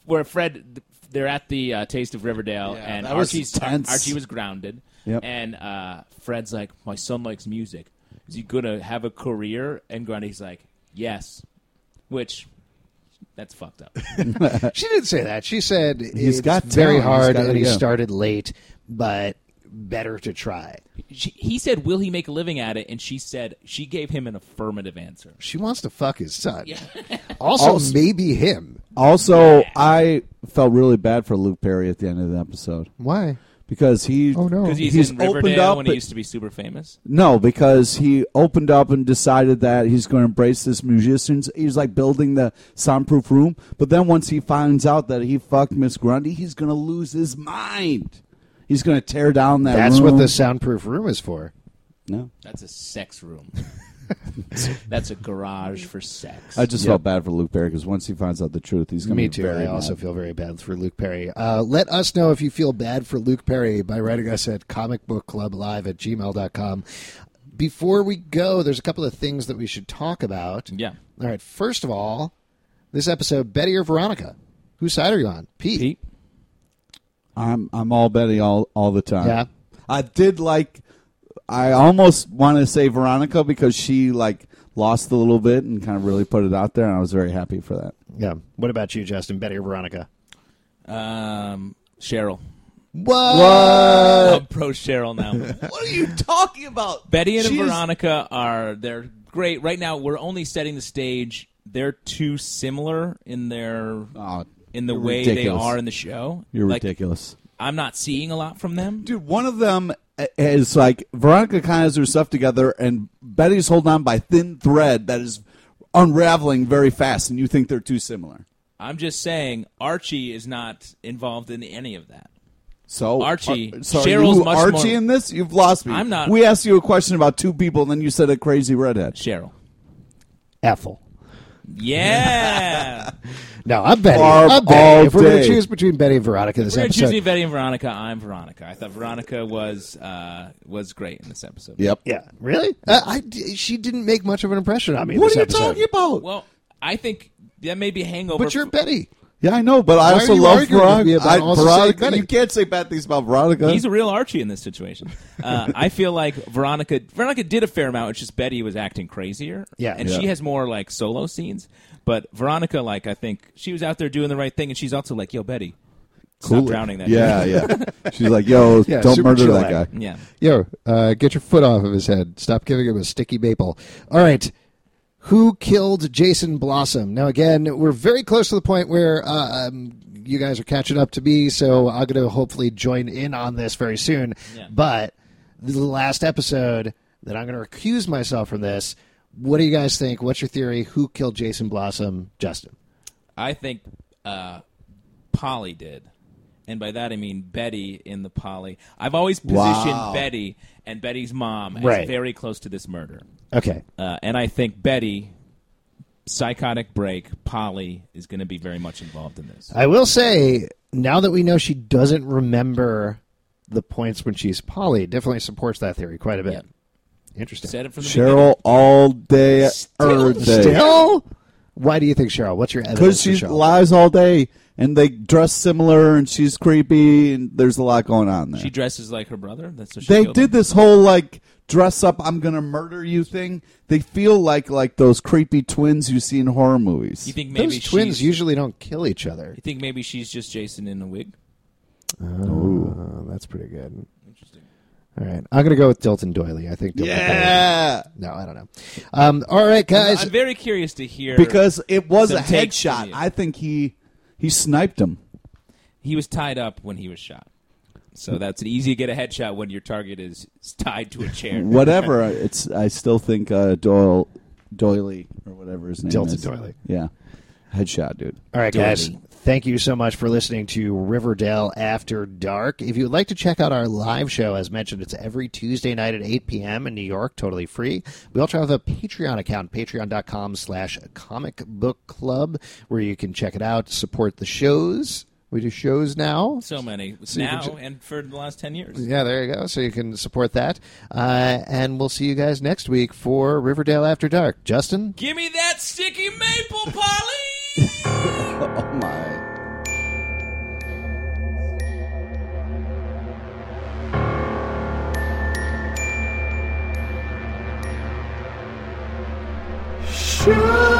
[SPEAKER 2] where Fred, they're at the uh, Taste of Riverdale,
[SPEAKER 3] Yeah,
[SPEAKER 2] and
[SPEAKER 3] that was
[SPEAKER 2] Archie's uh,
[SPEAKER 3] tense.
[SPEAKER 2] Archie was grounded,
[SPEAKER 3] Yep.
[SPEAKER 2] and uh, Fred's like, "My son likes music. Is he gonna have a career?" And Grundy's like, "Yes," which that's fucked
[SPEAKER 3] *laughs*
[SPEAKER 2] up.
[SPEAKER 1] She didn't say that. She said
[SPEAKER 3] He's
[SPEAKER 1] it's
[SPEAKER 3] got
[SPEAKER 1] very
[SPEAKER 3] talent. He's
[SPEAKER 1] hard
[SPEAKER 3] got-
[SPEAKER 1] and he
[SPEAKER 3] yeah.
[SPEAKER 1] started late, but better to try.
[SPEAKER 2] she, he said, "Will he make a living at it?" And she said she gave him an affirmative answer.
[SPEAKER 1] She wants to fuck his son. also,
[SPEAKER 3] Also-
[SPEAKER 1] maybe him.
[SPEAKER 3] Also, I felt really bad for Luke Perry at the end of the episode
[SPEAKER 1] Why?
[SPEAKER 3] because he
[SPEAKER 1] Oh no.
[SPEAKER 2] Because he's,
[SPEAKER 3] He's
[SPEAKER 2] in
[SPEAKER 3] opened
[SPEAKER 2] Riverdale
[SPEAKER 3] up
[SPEAKER 2] when he
[SPEAKER 3] and-
[SPEAKER 2] used to be super famous.
[SPEAKER 3] No, because he opened up and decided that he's going to embrace this musicians. He's like building the soundproof room, but then once he finds out that he fucked Miss Grundy, he's going to lose his mind. He's going to tear down that.
[SPEAKER 1] That's
[SPEAKER 3] room.
[SPEAKER 1] what the soundproof room is for.
[SPEAKER 3] No,
[SPEAKER 2] That's a sex room. *laughs* That's a garage for sex.
[SPEAKER 3] I just felt bad for Luke Perry because once he finds out the truth, he's going to
[SPEAKER 1] Me
[SPEAKER 3] be
[SPEAKER 1] too.
[SPEAKER 3] very
[SPEAKER 1] I also
[SPEAKER 3] mad.
[SPEAKER 1] feel very bad for Luke Perry. Uh, let us know if you feel bad for Luke Perry by writing us at comicbookclublive at gmail.com. Before we go, there's a couple of things that we should talk about.
[SPEAKER 2] Yeah.
[SPEAKER 1] All right. First of all, this episode, Betty or Veronica? Whose side are you on? Pete.
[SPEAKER 2] Pete,
[SPEAKER 3] I'm I'm all Betty all all the time.
[SPEAKER 1] Yeah.
[SPEAKER 3] I did like. I almost want to say Veronica because she like lost a little bit and kind of really put it out there, and I was very happy for that.
[SPEAKER 1] Yeah. What about you, Justin? Betty or Veronica?
[SPEAKER 2] um, Cheryl.
[SPEAKER 1] What?
[SPEAKER 3] Uh,
[SPEAKER 2] I'm pro Cheryl
[SPEAKER 3] *laughs*
[SPEAKER 2] now.
[SPEAKER 3] What are you talking about?
[SPEAKER 2] Betty and
[SPEAKER 3] She is-
[SPEAKER 2] Veronica are they're great. Right now, we're only setting the stage. They're too similar in their
[SPEAKER 3] Oh,
[SPEAKER 2] in the
[SPEAKER 3] you're
[SPEAKER 2] way
[SPEAKER 3] ridiculous.
[SPEAKER 2] they are in the show.
[SPEAKER 3] You're
[SPEAKER 2] Like,
[SPEAKER 3] ridiculous.
[SPEAKER 2] I'm not seeing a lot from them.
[SPEAKER 3] Dude, one of them uh, is like Veronica kind of has her stuff together, and Betty's holding on by thin thread that is unraveling very fast, and you think they're too similar.
[SPEAKER 2] I'm just saying Archie is not involved in any of that.
[SPEAKER 3] So
[SPEAKER 2] Archie.
[SPEAKER 3] Ar- so are
[SPEAKER 2] Cheryl's
[SPEAKER 3] you
[SPEAKER 2] much
[SPEAKER 3] Archie
[SPEAKER 2] more-
[SPEAKER 3] in this? You've lost me.
[SPEAKER 2] I'm not-
[SPEAKER 3] We asked you a question about two people, and then you said a crazy redhead. *laughs*
[SPEAKER 2] Cheryl.
[SPEAKER 1] Ethel.
[SPEAKER 2] Yeah.
[SPEAKER 1] No, I'm Betty.
[SPEAKER 3] Barb
[SPEAKER 1] I'm
[SPEAKER 3] all
[SPEAKER 1] Betty. If we're going
[SPEAKER 3] day.
[SPEAKER 1] to choose between Betty and Veronica this
[SPEAKER 2] We're
[SPEAKER 1] episode,
[SPEAKER 2] choosing Betty and Veronica. I'm Veronica. I thought Veronica was uh, was great in this episode.
[SPEAKER 3] Yep.
[SPEAKER 1] yeah, really? Uh, I d- she didn't make much of an impression on me.
[SPEAKER 3] What
[SPEAKER 1] this
[SPEAKER 3] are you
[SPEAKER 1] episode.
[SPEAKER 3] talking about?
[SPEAKER 2] Well, I think that may be hangover.
[SPEAKER 1] But you're Betty.
[SPEAKER 3] yeah, I know, but I
[SPEAKER 1] Why
[SPEAKER 3] also
[SPEAKER 1] are you
[SPEAKER 3] love
[SPEAKER 1] arguing with me
[SPEAKER 3] Veronica.
[SPEAKER 1] about
[SPEAKER 3] I-
[SPEAKER 1] all the same
[SPEAKER 3] Veronica
[SPEAKER 1] Betty?
[SPEAKER 3] you can't say bad things about Veronica.
[SPEAKER 2] *laughs* He's a real Archie in this situation. Uh, I feel like Veronica Veronica did a fair amount. It's just Betty was acting crazier.
[SPEAKER 1] Yeah.
[SPEAKER 2] and
[SPEAKER 1] Yeah.
[SPEAKER 2] she has more like solo scenes. But Veronica, like I think she was out there doing the right thing, and she's also like, "Yo, Betty, stop drowning that." *laughs*
[SPEAKER 3] yeah, yeah. She's like, yo,
[SPEAKER 1] Yeah,
[SPEAKER 3] don't
[SPEAKER 1] super
[SPEAKER 3] murder
[SPEAKER 1] chill
[SPEAKER 3] that guy.
[SPEAKER 1] act.
[SPEAKER 2] dude." yeah.
[SPEAKER 1] Yo, uh, get your foot off of his head. Stop giving him a sticky maple. All right. Who killed Jason Blossom? Now, again, we're very close to the point where uh, um, you guys are catching up to me, so I'm going to hopefully join in on this very soon.
[SPEAKER 2] Yeah.
[SPEAKER 1] But this is the last episode that I'm going to recuse myself from this. What do you guys think? What's your theory? Who killed Jason Blossom? Justin.
[SPEAKER 2] I think uh, Polly did. And by that I mean Betty in the Polly. I've always positioned
[SPEAKER 3] Wow.
[SPEAKER 2] Betty and Betty's mom as
[SPEAKER 1] Right.
[SPEAKER 2] very close to this murder.
[SPEAKER 1] Okay.
[SPEAKER 2] Uh, and I think Betty, psychotic break, Polly is going to be very much involved in this.
[SPEAKER 1] I will say, now that we know she doesn't remember the points when she's Polly, it definitely supports that theory quite a bit.
[SPEAKER 2] Yep.
[SPEAKER 1] Interesting.
[SPEAKER 2] Said it from the beginning.
[SPEAKER 3] Cheryl all day, Earth day.
[SPEAKER 1] Still? Why do you think Cheryl? What's your
[SPEAKER 3] er, because
[SPEAKER 1] evidence? for
[SPEAKER 3] she
[SPEAKER 1] Cheryl?
[SPEAKER 3] lies all day, and they dress similar, and she's creepy, and there's a lot going on there.
[SPEAKER 2] She dresses like her brother. That's what she
[SPEAKER 3] they
[SPEAKER 2] killed
[SPEAKER 3] did
[SPEAKER 2] him.
[SPEAKER 3] this whole like dress up, I'm gonna murder you thing. They feel like like those creepy twins you see in horror movies.
[SPEAKER 2] You think maybe
[SPEAKER 1] Those twins
[SPEAKER 2] she's-
[SPEAKER 1] usually don't kill each other.
[SPEAKER 2] You think maybe she's just Jason in a wig?
[SPEAKER 1] Oh, that's pretty good.
[SPEAKER 2] Interesting.
[SPEAKER 1] All right. I'm going to go with Dilton Doily. I think Dilton
[SPEAKER 3] yeah,
[SPEAKER 1] Doily. No, I don't know. Um, all right, guys.
[SPEAKER 2] I'm very curious to hear
[SPEAKER 3] because it was
[SPEAKER 2] Some
[SPEAKER 3] a
[SPEAKER 2] takes from
[SPEAKER 3] headshot.
[SPEAKER 2] you.
[SPEAKER 3] I think he he sniped him.
[SPEAKER 2] He was tied up when he was shot. So that's easy to get a headshot when your target is tied to a
[SPEAKER 1] *laughs*
[SPEAKER 2] chair. *laughs*
[SPEAKER 3] Whatever. it's I still think uh, Doyle Doily or whatever his name
[SPEAKER 1] Dilton
[SPEAKER 3] is.
[SPEAKER 1] Doily.
[SPEAKER 3] Yeah, headshot dude.
[SPEAKER 1] All right, guys.
[SPEAKER 2] Doily.
[SPEAKER 1] Thank you so much for listening to Riverdale After Dark. If you would like to check out our live show, as mentioned, it's every Tuesday night at 8 p.m. in New York, totally free. We also have a Patreon account, patreon.com slash comic book club, where you can check it out, support the shows, We do shows now.
[SPEAKER 2] So many
[SPEAKER 1] you can
[SPEAKER 2] now
[SPEAKER 1] ju-
[SPEAKER 2] and for the last ten years.
[SPEAKER 1] Yeah, there you go. So you can support that. Uh, and we'll see you guys next week for Riverdale After Dark. Justin?
[SPEAKER 2] Give me that sticky maple, Polly.
[SPEAKER 3] Oh my.
[SPEAKER 1] Sure.